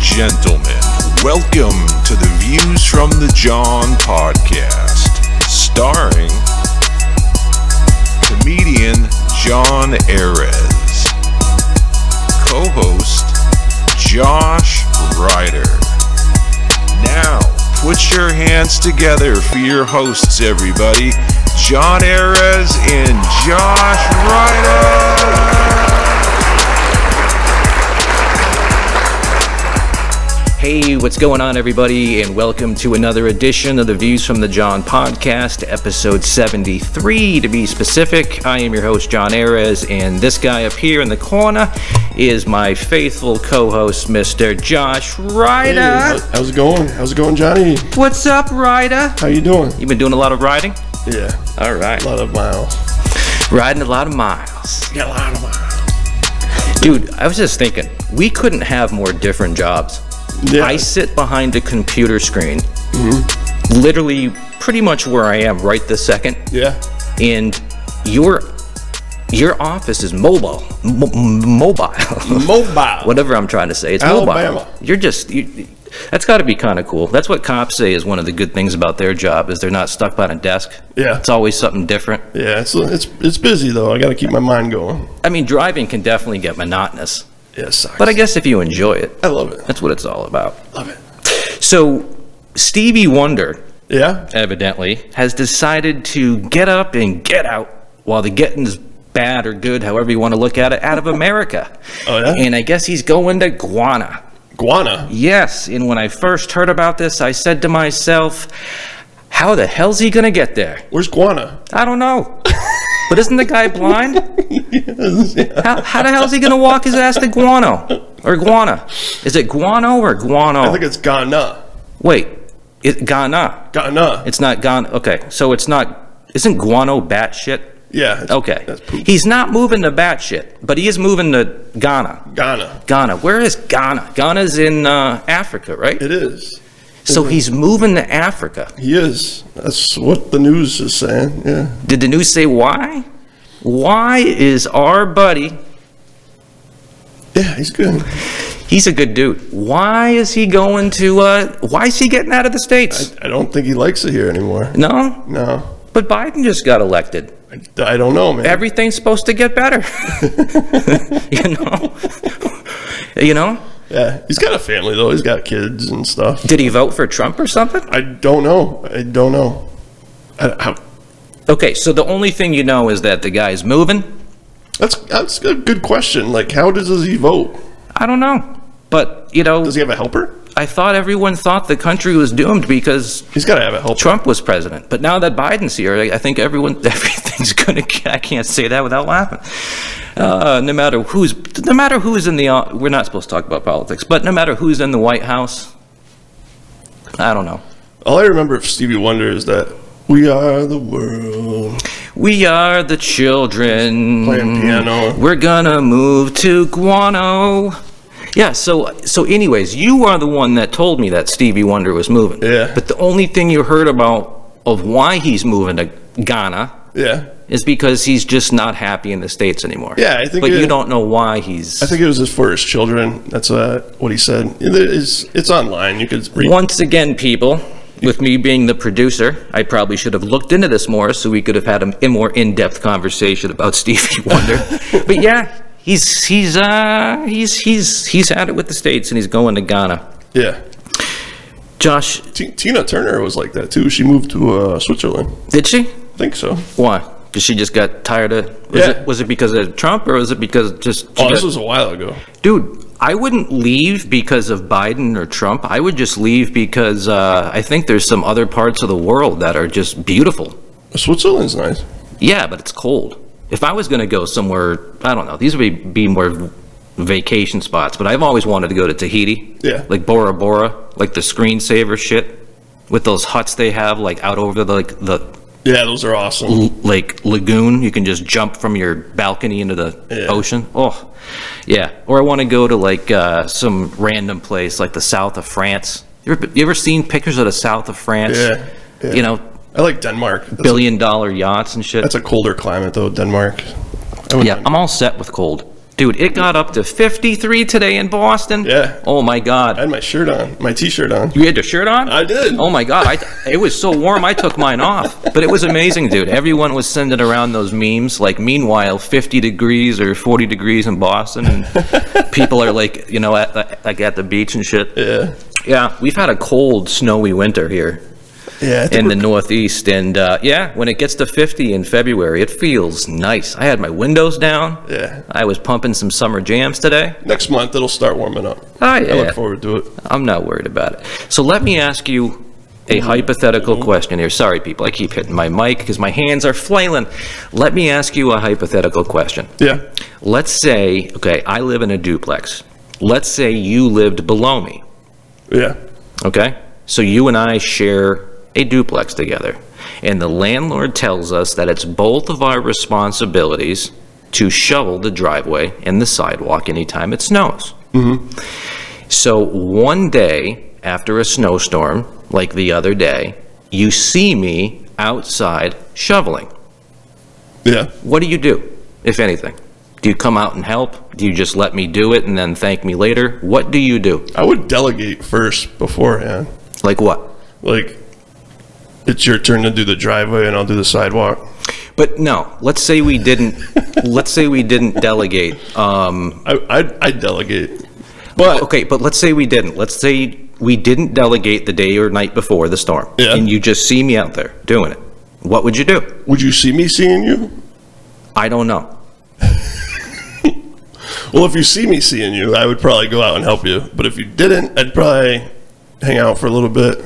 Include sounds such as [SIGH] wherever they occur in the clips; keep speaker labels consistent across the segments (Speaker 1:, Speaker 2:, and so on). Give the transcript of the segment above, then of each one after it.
Speaker 1: gentlemen, welcome to the Views from the John podcast, starring comedian John Ares, co host Josh Ryder. Now, put your hands together for your hosts, everybody. John Ares and Josh Ryder.
Speaker 2: Hey, what's going on, everybody, and welcome to another edition of the Views from the John podcast, episode 73 to be specific. I am your host, John Ares, and this guy up here in the corner is my faithful co host, Mster Josh
Speaker 3: Hey,
Speaker 2: Ryder.
Speaker 3: how- how's it going? How's it going, Johnny?
Speaker 2: What's up, Ryder?
Speaker 3: How you doing?
Speaker 2: You've been doing a lot of riding?
Speaker 3: Yeah,
Speaker 2: All right.
Speaker 3: a lot of miles.
Speaker 2: Riding a lot of miles.
Speaker 3: Got a lot of miles.
Speaker 2: Dude, I was just thinking, we couldn't have more different jobs.
Speaker 3: Yeah,
Speaker 2: I sit behind a computer screen,
Speaker 3: Mm-hmm.
Speaker 2: literally pretty much where I am right this second,
Speaker 3: yeah.
Speaker 2: and your your office is mobile, m- m- mobile,
Speaker 3: Mobile.
Speaker 2: [LAUGHS] whatever I'm trying to say. It's
Speaker 3: Alabama.
Speaker 2: mobile. You're just you, that's got to be kind of cool. That's what cops say is one of the good things about their job is they're not stuck behind a desk.
Speaker 3: Yeah.
Speaker 2: it's always something different.
Speaker 3: Yeah, it's it's it's busy though. I got to keep my mind going.
Speaker 2: I mean, driving can definitely get monotonous,
Speaker 3: Yeah, it sucks.
Speaker 2: but I guess if you enjoy it,
Speaker 3: I love it.
Speaker 2: that's what it's all about.
Speaker 3: Love it.
Speaker 2: So, Stevie Wonder
Speaker 3: Yeah.
Speaker 2: evidently, has decided to get up and get out while the getting's bad or good, however you want to look at it, out of America.
Speaker 3: Oh, yeah?
Speaker 2: And I guess he's going to Guana.
Speaker 3: Guana.
Speaker 2: Yes, and when I first heard about this, I said to myself, how the hell's he going to get there?
Speaker 3: Where's Guana?
Speaker 2: I don't
Speaker 3: [LAUGHS]
Speaker 2: know. But isn't the guy blind? How, how the hell's he going to walk his ass to Guano? Or Guana? Is it Guano or
Speaker 3: I think
Speaker 2: Guano?
Speaker 3: it's Ghana.
Speaker 2: Wait, it, Ghana.
Speaker 3: Ghana.
Speaker 2: It's not gone. Okay, so it's not. Isn't guano bat shit?
Speaker 3: Yeah. It's,
Speaker 2: Okay,
Speaker 3: That's poop.
Speaker 2: he's not moving to bat shit, but he is moving to Ghana.
Speaker 3: Ghana.
Speaker 2: Ghana, where is Ghana? Ghana's in uh, Africa, right?
Speaker 3: It is.
Speaker 2: So he's moving to Africa.
Speaker 3: He is. That's what the news is saying. Yeah.
Speaker 2: Did the news say why? Why is our buddy?
Speaker 3: Yeah, he's good.
Speaker 2: He's a good dude. Why is he going to? Uh, why is he getting out of the states?
Speaker 3: I don't think he likes it here anymore.
Speaker 2: no,
Speaker 3: No.
Speaker 2: but Biden just got elected.
Speaker 3: I, I don't know, man.
Speaker 2: everything's supposed to get
Speaker 3: [LAUGHS]
Speaker 2: better. [LAUGHS] you know? you know?
Speaker 3: yeah. He's got a family though. He's got kids and stuff.
Speaker 2: Did he vote for Trump or something?
Speaker 3: I don't know. I don't know. I, I,
Speaker 2: Okay, so the only thing you know is that the guy's moving.
Speaker 3: that's that's a good question. Like, how does he vote?
Speaker 2: I don't know. But, you know,
Speaker 3: Does he have a helper?
Speaker 2: I thought everyone thought the country was doomed because
Speaker 3: He's got to have a helper.
Speaker 2: Trump was president. But now that Biden's here, I I think everyone [LAUGHS] everything's going to I can't say that without laughing. Uh, no matter who's no matter who's in the uh, we're not supposed to talk about politics, but no matter who's in the White House, I don't know.
Speaker 3: All I remember of Stevie Wonder is that we are the world.
Speaker 2: We are the children.
Speaker 3: Playing piano.
Speaker 2: We're gonna move to Guano. Yeah, so so anyways, you are the one that told me that Stevie Wonder was moving.
Speaker 3: Yeah.
Speaker 2: But the only thing you heard about of why he's moving to Ghana
Speaker 3: Yeah,
Speaker 2: is because he's just not happy in the States anymore.
Speaker 3: Yeah, I think
Speaker 2: But
Speaker 3: it-
Speaker 2: you don't know why he's
Speaker 3: I think it was his for his children. That's uh, what he said. It is, it's online. You could read.
Speaker 2: Once again, people, with me being the producer, I probably should have looked into this more so we could have had a more in-depth conversation about [LAUGHS] Stevie Wonder. but yeah, he's he's uh he's he's he's had it with the states and he's going to Ghana.
Speaker 3: Yeah,
Speaker 2: Josh,
Speaker 3: T- Tina Turner was like that too. She moved to uh, Switzerland.
Speaker 2: did she?
Speaker 3: I think so.
Speaker 2: Why? Because she just got tired of. Was,
Speaker 3: Yeah.
Speaker 2: it, was it because of Trump or was it because just? she
Speaker 3: Oh, this
Speaker 2: got-
Speaker 3: was a while ago.
Speaker 2: Dude, I wouldn't leave because of Biden or Trump. I would just leave because uh, I think there's some other parts of the world that are just beautiful.
Speaker 3: Switzerland's nice.
Speaker 2: Yeah, but it's cold. If I was going to go somewhere, I don't know, these would be, be more vacation spots, but I've always wanted to go to Tahiti.
Speaker 3: Yeah.
Speaker 2: Like Bora Bora, like the screensaver shit with those huts they have like out over the like the
Speaker 3: Yeah, those are awesome.
Speaker 2: like lagoon, you can just jump from your balcony into the
Speaker 3: Yeah.
Speaker 2: ocean. Oh. Yeah, or I want to go to like uh, some random place like the south of France. You ever, you ever seen pictures of the south of France?
Speaker 3: Yeah, yeah.
Speaker 2: You know,
Speaker 3: I like Denmark. That's,
Speaker 2: billion dollar yachts and shit.
Speaker 3: that's a colder climate though. Denmark. I would-
Speaker 2: Yeah, I'm all set with cold. Dude, it got up to 53 today in Boston.
Speaker 3: Yeah.
Speaker 2: Oh my
Speaker 3: I
Speaker 2: God.
Speaker 3: had my shirt on, my T-shirt on.
Speaker 2: You had your shirt on?
Speaker 3: I did.
Speaker 2: Oh my God. I, [LAUGHS] it was so warm, I took mine off. But it was amazing, dude. Everyone was sending around those memes like, meanwhile, 50 degrees or 40 degrees in Boston.
Speaker 3: [LAUGHS]
Speaker 2: And people are like, you know, at, at- like at the beach and shit.
Speaker 3: Yeah,
Speaker 2: Yeah, we've had a cold, snowy winter here
Speaker 3: yeah. I think
Speaker 2: in
Speaker 3: we're-
Speaker 2: the Northeast. And uh, yeah, when it gets to 50 in February, it feels nice. I had my windows down.
Speaker 3: Yeah.
Speaker 2: I was pumping some summer jams today.
Speaker 3: next month it'll start warming up.
Speaker 2: Oh,
Speaker 3: I
Speaker 2: yeah.
Speaker 3: look forward to it.
Speaker 2: I'm not worried about it. So let me ask you a hypothetical
Speaker 3: Mm-hmm.
Speaker 2: question here. Sorry, people, I keep hitting my mic because my hands are flailing. Let me ask you a hypothetical question.
Speaker 3: Yeah,
Speaker 2: Let's say, okay, I live in a duplex. Let's say you lived below me,
Speaker 3: yeah,
Speaker 2: okay? So you and I share a duplex together. And the landlord tells us that it's both of our responsibilities to shovel the driveway and the sidewalk anytime it snows. So one day after a snowstorm, like the other day, you see me outside shoveling.
Speaker 3: yeah.
Speaker 2: What do you do, if anything? Do you come out and help? Do you just let me do it and then thank me later? What do you do?
Speaker 3: I would delegate first beforehand.
Speaker 2: Like what?
Speaker 3: Like, it's your turn to do the driveway, and I'll do the sidewalk.
Speaker 2: But no, let's say we didn't. let's say we didn't delegate. Um,
Speaker 3: I I, I delegate, but
Speaker 2: okay, but let's say we didn't. Let's say we didn't delegate the day or night before the storm,
Speaker 3: Yeah.
Speaker 2: and you just see me out there doing it. What would you do?
Speaker 3: would you see me seeing you?
Speaker 2: I don't know.
Speaker 3: Well, if you see me seeing you, I would probably go out and help you. But if you didn't, I'd probably hang out for a little bit,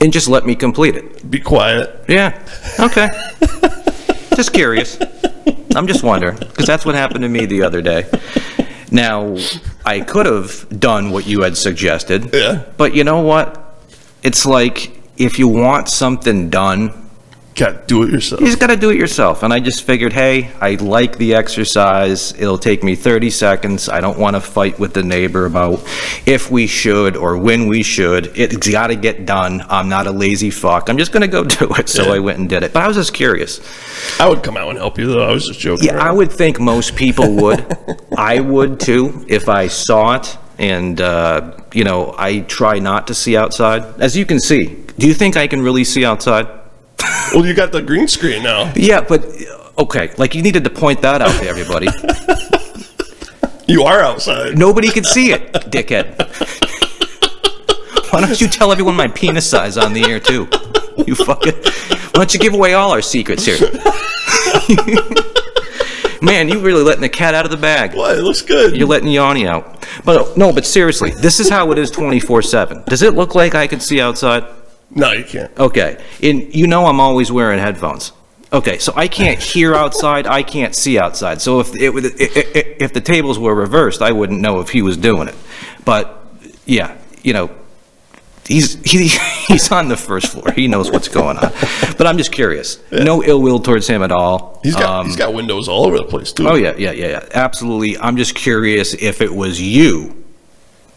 Speaker 2: And just let me complete it.
Speaker 3: be quiet.
Speaker 2: Yeah. Okay. [LAUGHS] just curious. I'm just wondering because that's what happened to me the other day. Now, I could have done what you had suggested.
Speaker 3: Yeah.
Speaker 2: But you know what? It's like if you want something done,
Speaker 3: God, do it yourself.
Speaker 2: you just got to do it yourself. And I just figured, hey, I like the exercise. It'll take me 30 seconds. I don't want to fight with the neighbor about if we should or when we should. It's got to get done. I'm not a lazy fuck. I'm just going to go [LAUGHS] do it. So
Speaker 3: Yeah.
Speaker 2: I went and did it. But I was just curious.
Speaker 3: I would come out and help you, though. I was just joking.
Speaker 2: Yeah, I
Speaker 3: around.
Speaker 2: would think most people [LAUGHS] would. I would too if I saw it. And, uh, you know, I try not to see outside. As you can see, do you think I can really see outside?
Speaker 3: Well, you got the green screen now.
Speaker 2: Yeah, but okay, like you needed to point that out to everybody. [LAUGHS]
Speaker 3: You are outside.
Speaker 2: Nobody could see it, dickhead. Why don't you tell everyone my penis size on the air too? You fucking. Why don't you give away all our secrets here? Man, you really letting the cat out of the bag.
Speaker 3: What? It looks good.
Speaker 2: You're letting Yanni out. But no, but seriously, this is how it is 24 7. Does it look like I could see outside?
Speaker 3: no, you can't.
Speaker 2: Okay. And you know I'm always wearing headphones. Okay, so I can't hear outside, I can't see outside. So if it, would- i- i- i- if the tables were reversed, I wouldn't know if he was doing it. But yeah, you know, he's he, [LAUGHS] he's on the first floor. He knows what's going on. But I'm just curious. No ill will towards him at all.
Speaker 3: He's got
Speaker 2: Um,
Speaker 3: he's got windows all over the place too.
Speaker 2: Oh yeah, yeah, yeah, yeah. Absolutely. I'm just curious if it was you,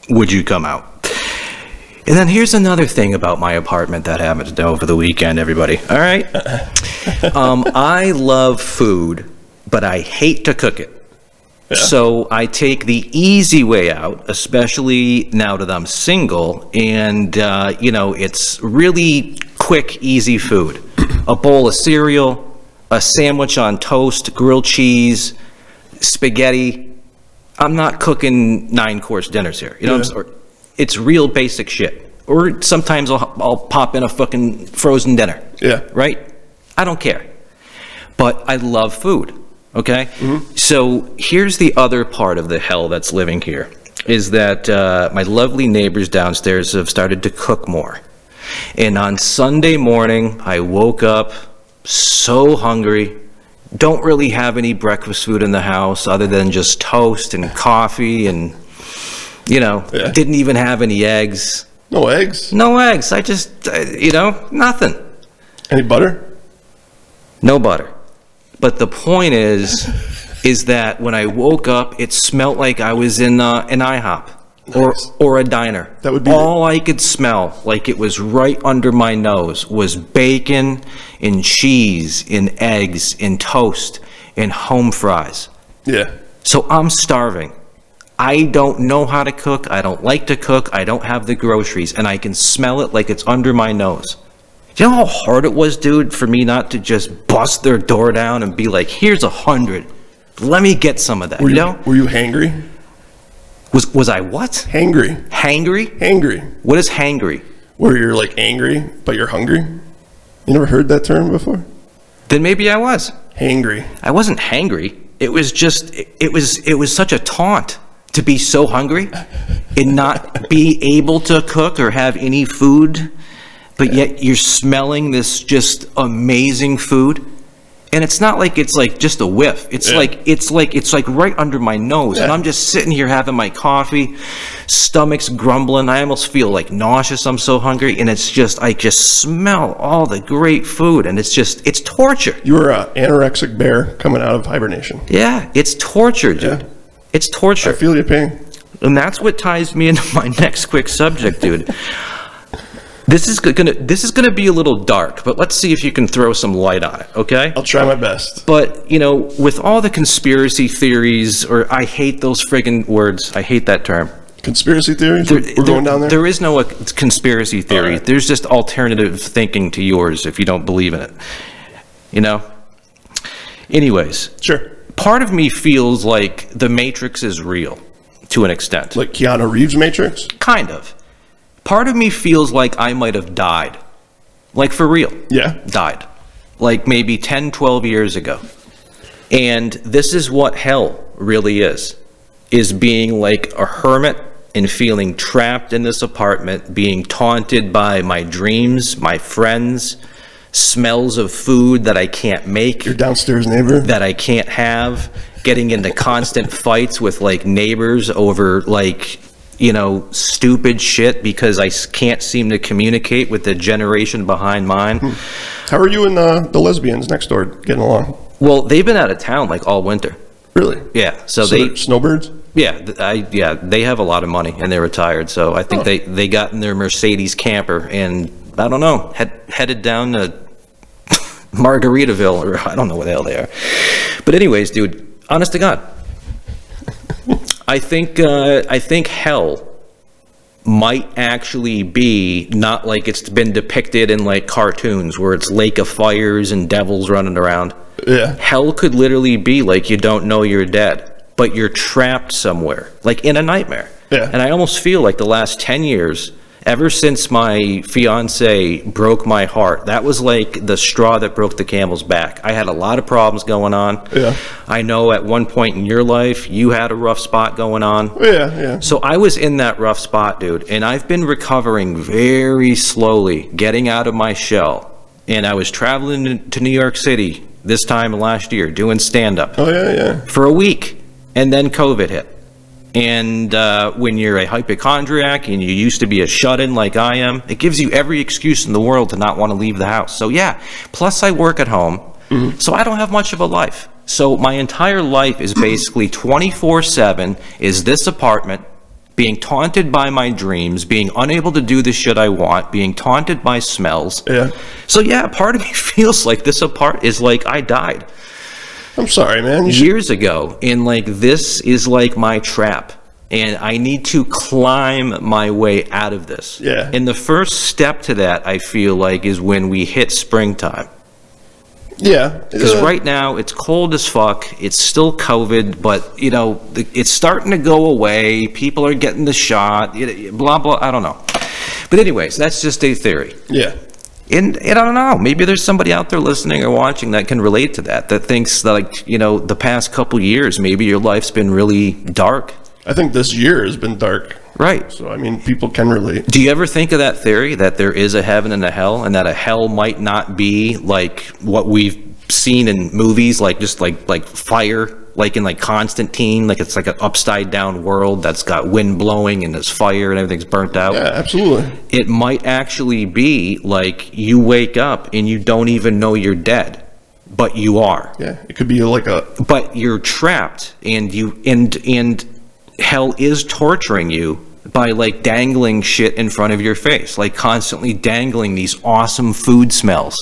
Speaker 2: would you come out? And then here's another thing about my apartment that happened over the weekend, everybody. All right. [LAUGHS] um, I love food, but I hate to cook it. So I take the easy way out, especially now that I'm single, and uh, you know it's really quick, easy food: a bowl of cereal, a sandwich on toast, grilled cheese, spaghetti. I'm not cooking nine course dinners here. You know, what I'm s-
Speaker 3: Yeah.
Speaker 2: or- it's real basic shit. Or sometimes I'll, I'll pop in a fucking frozen dinner
Speaker 3: Yeah.
Speaker 2: right? I don't care. But I love food, okay? So here's the other part of the hell that's living here is that uh, my lovely neighbors downstairs have started to cook more. And on Sunday morning, I woke up so hungry. Don't really have any breakfast food in the house other than just toast and coffee and, you know,
Speaker 3: Yeah.
Speaker 2: didn't even have any eggs.
Speaker 3: No eggs.
Speaker 2: No eggs. I just, uh, you know, nothing.
Speaker 3: Any butter?
Speaker 2: No butter. But the point is, is that when I woke up, it smelt like I was in uh, an IHOP or
Speaker 3: Nice.
Speaker 2: or a diner.
Speaker 3: That would be-
Speaker 2: all I could smell, like it was right under my nose, was bacon and cheese and eggs and toast and home fries.
Speaker 3: Yeah.
Speaker 2: So I'm starving. I don't know how to cook. I don't like to cook. I don't have the groceries, and I can smell it like it's under my nose. Do you know how hard it was, dude, for me not to just bust their door down and be like, "Here's a hundred. Let me get some of that."
Speaker 3: Were
Speaker 2: you
Speaker 3: you,
Speaker 2: know?
Speaker 3: were you hangry?
Speaker 2: Was was I what?
Speaker 3: Hangry.
Speaker 2: Hangry?
Speaker 3: Hangry.
Speaker 2: What is hangry?
Speaker 3: Where you're like angry, but you're hungry. You never heard that term before?
Speaker 2: Then maybe I was.
Speaker 3: Hangry.
Speaker 2: I wasn't hangry. It was just it, it was it was such a taunt to be so hungry and not be able to cook or have any food, but yet you're smelling this just amazing food. And it's not like it's like just a whiff. It's
Speaker 3: Yeah.
Speaker 2: like it's like it's like right under my nose, and
Speaker 3: Yeah.
Speaker 2: I'm just sitting here having my coffee, stomach's grumbling. I almost feel like nauseous. I'm so hungry, and it's just I just smell all the great food, and it's just it's torture.
Speaker 3: You were an anorexic bear coming out of hibernation.
Speaker 2: Yeah, it's torture, dude.
Speaker 3: Yeah.
Speaker 2: It's
Speaker 3: I
Speaker 2: torture.
Speaker 3: feel your pain.
Speaker 2: and that's what ties me into [LAUGHS] my next quick subject, dude. this is go- gonna this is gonna be a little dark, but let's see if you can throw some light on it, okay?
Speaker 3: I'll try my best.
Speaker 2: But you know, with all the conspiracy theories, or I hate those friggin' words. I hate that term.
Speaker 3: Conspiracy theories?
Speaker 2: There-
Speaker 3: We're going down there?
Speaker 2: There is no uh, conspiracy theory.
Speaker 3: Alright.
Speaker 2: There's just alternative thinking to yours if you don't believe in it. You know. Anyways,
Speaker 3: sure.
Speaker 2: part of me feels like the matrix is real to an extent
Speaker 3: Like Keanu Reeves Matrix?
Speaker 2: kind of part of me feels like i might have died like for real
Speaker 3: Yeah.
Speaker 2: died like maybe 10 12 years ago and this is what hell really is is being like a hermit and feeling trapped in this apartment being taunted by my dreams my friends smells of food that i can't make
Speaker 3: Your downstairs neighbor?
Speaker 2: that I can't have, getting into constant fights with like neighbors over like, you know, stupid shit because I s- can't seem to communicate with the generation behind
Speaker 3: Hmm.
Speaker 2: mine.
Speaker 3: How are you and uh, the lesbians next door getting along?
Speaker 2: Well, they've been out of town like all winter.
Speaker 3: Really?
Speaker 2: Yeah, so,
Speaker 3: So,
Speaker 2: they
Speaker 3: they're snowbirds?
Speaker 2: yeah, th- I yeah, they have a lot of money and they're retired, so I think they they got in their Mercedes camper and I don't know, had headed down to [LAUGHS] Margaritaville or I don't know where the hell they are. But anyways, dude, honest to God, I think uh, I think hell might actually be not like it's been depicted in like cartoons where it's lake of fires and devils running around.
Speaker 3: Yeah.
Speaker 2: Hell could literally be like you don't know you're dead, but you're trapped somewhere, like in a nightmare.
Speaker 3: Yeah.
Speaker 2: And I almost feel like the last 10 years, ever since my fiance broke my heart, that was like the straw that broke the camel's back. I had a lot of problems going on.
Speaker 3: Yeah.
Speaker 2: I know at one point in your life, you had a rough spot going on.
Speaker 3: Oh, Yeah, yeah.
Speaker 2: So I was in that rough spot, dude, and I've been recovering very slowly, getting out of my shell. And I was traveling to New York City this time last year doing stand up
Speaker 3: Oh, yeah, yeah.
Speaker 2: for a week, and then COVID hit. And uh, when you're a hypochondriac and you used to be a shut in like I am, it gives you every excuse in the world to not want to leave the house. So, yeah, plus I work at home, so I don't have much of a life. So, my entire life is basically 24 7 is this apartment, being taunted by my dreams, being unable to do the shit I want, being taunted by smells.
Speaker 3: Yeah.
Speaker 2: So, yeah, part of me [LAUGHS] feels like this apart is like I died
Speaker 3: I'm sorry, man. You should,
Speaker 2: years ago and like this is like my trap and i need to climb my way out of this
Speaker 3: Yeah.
Speaker 2: and the first step to that i feel like is when we hit springtime
Speaker 3: yeah. Uh,
Speaker 2: because
Speaker 3: yeah.
Speaker 2: right now it's cold as fuck it's still covid but you know the- it's starting to go away people are getting the shot you know, blah blah i don't know but anyways that's just a theory
Speaker 3: Yeah.
Speaker 2: and, and I don't know, maybe there's somebody out there listening or watching that can relate to that, that thinks that, like, you know, the past couple years, maybe your life's been really dark.
Speaker 3: I think this year has been dark.
Speaker 2: Right.
Speaker 3: So, I mean, people can relate.
Speaker 2: Do you ever think of that theory that there is a heaven and a hell and that a hell might not be like what we've seen in movies, like just like, like fire, like in like Constantine, like it's like an upside down world that's got wind blowing and there's fire and everything's burnt out?
Speaker 3: Yeah, absolutely.
Speaker 2: it might actually be like you wake up and you don't even know you're dead but you are
Speaker 3: Yeah. It could be like a.
Speaker 2: but you're trapped and you and and hell is torturing you by like dangling shit in front of your face, like constantly dangling these awesome food smells.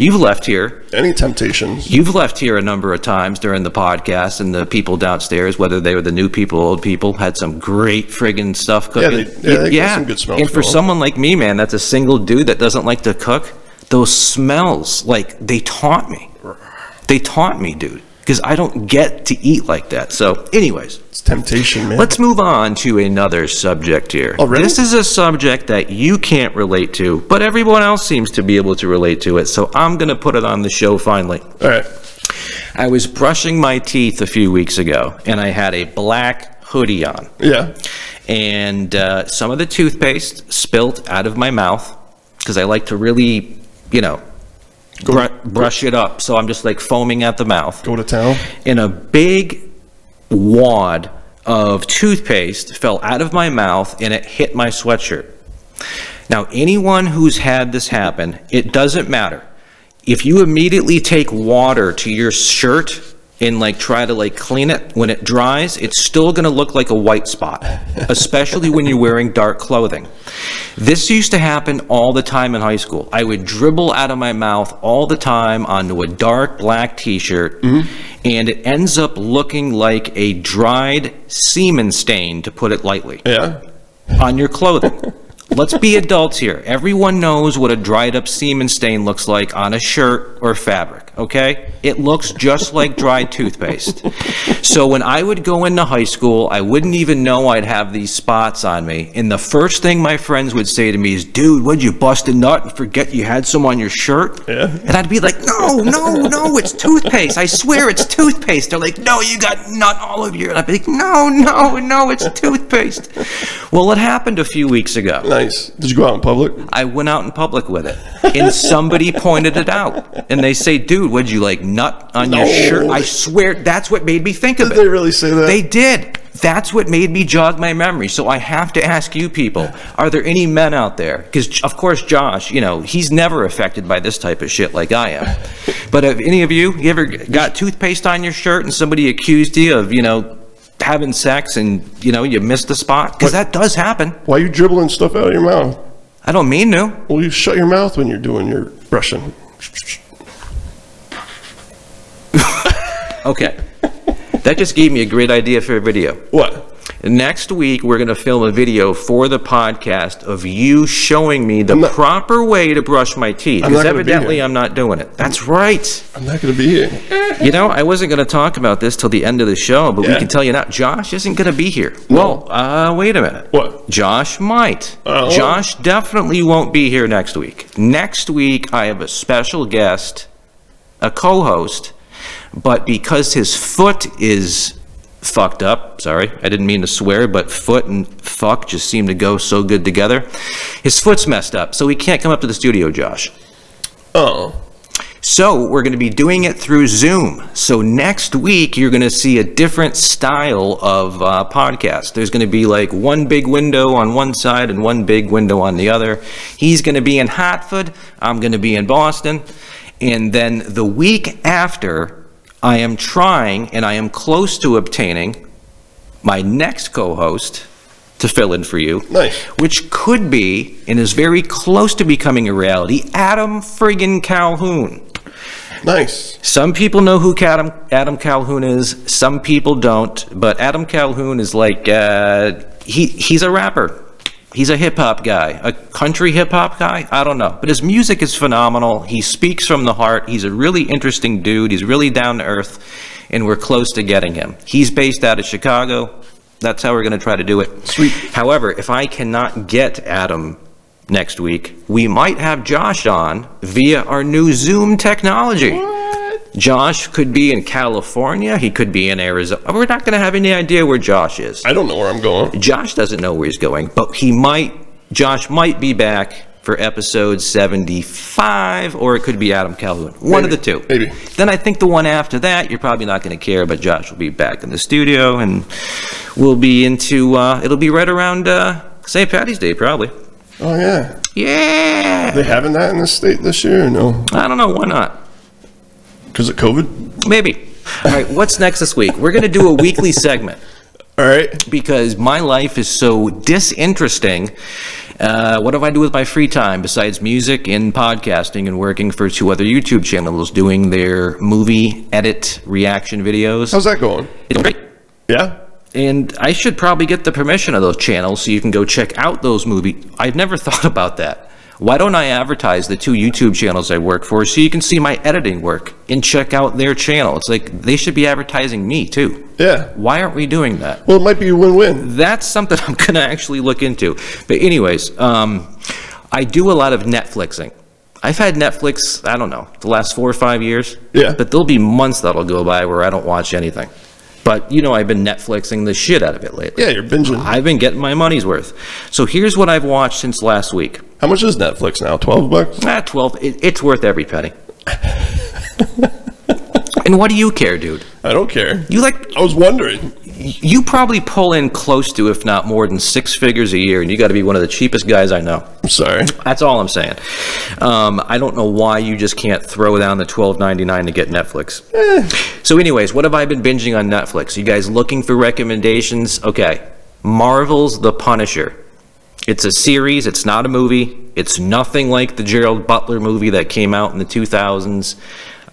Speaker 2: You've left here
Speaker 3: Any temptations?
Speaker 2: You've left here a number of times during the podcast, and the people downstairs, whether they were the new people, old people, had some great friggin' stuff
Speaker 3: they-
Speaker 2: cooking.
Speaker 3: yeah, they got some good smells
Speaker 2: and for
Speaker 3: going.
Speaker 2: someone like me, man, that's a single dude that doesn't like to cook. Those smells, like they taunt me. They taunt me, dude, because I don't get to eat like that. So, anyways,
Speaker 3: It's temptation, man.
Speaker 2: let's move on to another subject here.
Speaker 3: Already?
Speaker 2: This is a subject that you can't relate to, but everyone else seems to be able to relate to it. So, I'm gonna put it on the show finally.
Speaker 3: All right.
Speaker 2: I was brushing my teeth a few weeks ago and I had a black hoodie on.
Speaker 3: Yeah.
Speaker 2: And uh, some of the toothpaste spilt out of my mouth because I like to really, you know, gr- brush it up. So I'm just like foaming at the mouth.
Speaker 3: Go to town.
Speaker 2: And a big wad of toothpaste fell out of my mouth and it hit my sweatshirt. Now, anyone who's had this happen, it doesn't matter. If you immediately take water to your shirt and like try to like clean it when it dries, it's still going to look like a white spot, especially when you're wearing dark clothing. This used to happen all the time in high school. I would dribble out of my mouth all the time onto a dark black t-shirt and it ends up looking like a dried semen stain to put it lightly
Speaker 3: Yeah.
Speaker 2: on your clothing. Let's be adults here. Everyone knows what a dried up semen stain looks like on a shirt or fabric, okay? It looks just like dried toothpaste. So when I would go into high school, I wouldn't even know I'd have these spots on me. And the first thing my friends would say to me is, dude, what'd you bust a nut and forget you had some on your shirt?
Speaker 3: Yeah.
Speaker 2: And I'd be like, no, no, no, it's toothpaste. I swear it's toothpaste. They're like, no, you got nut all over your. And I'd be like, no, no, no, it's toothpaste. Well, it happened a few weeks ago.
Speaker 3: Nice. Did you go out in public?
Speaker 2: I went out in public with it, and somebody pointed it out. And they say, dude, would you like nut on your
Speaker 3: No.
Speaker 2: shirt? I swear, that's what made me think of
Speaker 3: Did
Speaker 2: it.
Speaker 3: they really say that?
Speaker 2: They did. That's what made me jog my memory. So I have to ask you people, are there any men out there? Because, of course, Josh, you know, he's never affected by this type of shit like I am. But have any of you, you ever got toothpaste on your shirt and somebody accused you of, you know, having sex and, you know, you missed the spot? Because that does happen.
Speaker 3: Why you dribbling stuff out of your mouth?
Speaker 2: I don't mean to.
Speaker 3: Well, you shut your mouth when you're doing your brushing.
Speaker 2: Okay. That just gave me a great idea for a video.
Speaker 3: What?
Speaker 2: Next week, we're going to film a video for the podcast of you showing me the
Speaker 3: I'm not-
Speaker 2: proper way to brush my teeth.
Speaker 3: I'm not
Speaker 2: Because
Speaker 3: gonna be
Speaker 2: evidently,
Speaker 3: here.
Speaker 2: I'm not doing it. That's right.
Speaker 3: I'm not going to be here.
Speaker 2: You know, I wasn't going to talk about this till the end of the show, but we
Speaker 3: Yeah.
Speaker 2: can tell you now, Josh isn't going to be here.
Speaker 3: No.
Speaker 2: Well, uh, wait a minute.
Speaker 3: What?
Speaker 2: Josh might.
Speaker 3: Oh.
Speaker 2: Josh definitely won't be here next week. Next week, I have a special guest, a co host, but because his foot is fucked up, sorry, I didn't mean to swear, but foot and fuck just seem to go so good together. His foot's messed up, so he can't come up to the studio, Josh.
Speaker 3: Oh.
Speaker 2: So we're going to be doing it through Zoom. So next week, you're going to see a different style of uh, podcast. There's going to be like one big window on one side and one big window on the other. He's going to be in Hartford. I'm going to be in Boston. And then the week after, I am trying and I am close to obtaining my next co-host to fill in for you
Speaker 3: Nice.
Speaker 2: which could be and is very close to becoming a reality Adam friggin' Calhoun.
Speaker 3: Nice.
Speaker 2: Some people know who Adam, Adam Calhoun is, some people don't, but Adam Calhoun is like, uh, he, he's a rapper. He's a hip hop guy, a country hip hop guy. I don't know. But his music is phenomenal. He speaks from the heart. He's a really interesting dude. He's really down to earth, and we're close to getting him. He's based out of Chicago. That's how we're going to try to do it.
Speaker 3: Sweet.
Speaker 2: However, if I cannot get Adam next week, we might have Josh on via our new Zoom technology. Josh could be in California. He could be in Arizona. We're not going to have any idea where Josh is.
Speaker 3: I don't know where I'm going.
Speaker 2: Josh doesn't know where he's going, but he might. Josh might be back for episode 75, or it could be Adam Calhoun. One of the two.
Speaker 3: Maybe. Maybe.
Speaker 2: Then I think the one after that, you're probably not going to care, but Josh will be back in the studio, and we'll be into. Uh, it'll be right around uh, St. Patty's Day, probably.
Speaker 3: Oh, yeah.
Speaker 2: Yeah.
Speaker 3: They having that in the state this year or no?
Speaker 2: I don't know. Why not?
Speaker 3: Because of COVID?
Speaker 2: Maybe. All right. What's next this week? We're going to do a weekly segment.
Speaker 3: All right.
Speaker 2: because my life is so disinteresting. Uh, what do I do with my free time besides music and podcasting and working for two other YouTube channels doing their movie edit reaction videos?
Speaker 3: How's that going?
Speaker 2: It's great.
Speaker 3: Yeah.
Speaker 2: And I should probably get the permission of those channels so you can go check out those movie. I've never [LAUGHS] thought about that. Why don't I advertise the two YouTube channels I work for so you can see my editing work and check out their channel? It's like they should be advertising me too.
Speaker 3: Yeah.
Speaker 2: Why aren't we doing that?
Speaker 3: Well, it might be a win-win.
Speaker 2: that's something [LAUGHS] I'm going to actually look into. But anyways, um, I do a lot of Netflixing. I've had Netflix, I don't know, the last four or five years.
Speaker 3: Yeah.
Speaker 2: But there'll be months that'll go by where I don't watch anything. But you know, I've been Netflixing the shit out of it lately.
Speaker 3: Yeah, you're binging.
Speaker 2: I've been getting my money's worth. So here's what I've watched since last week.
Speaker 3: How much is Netflix now? Twelve bucks.
Speaker 2: Ah, 12, it, it's worth every
Speaker 3: [LAUGHS]
Speaker 2: penny. and what do you care, dude?
Speaker 3: I don't care.
Speaker 2: You like
Speaker 3: I was wondering.
Speaker 2: you probably pull in close to, if not more than six figures a year, and you got to be one of the cheapest guys I know.
Speaker 3: I'm sorry.
Speaker 2: That's all I'm saying. Um, I don't know why you just can't throw down the twelve ninety nine to get Netflix. So, anyways, what have I been binging on Netflix? You guys looking for recommendations? Okay, Marvel's The Punisher. It's a series. It's not a movie. It's nothing like the Gerald Butler movie that came out in the two thousands.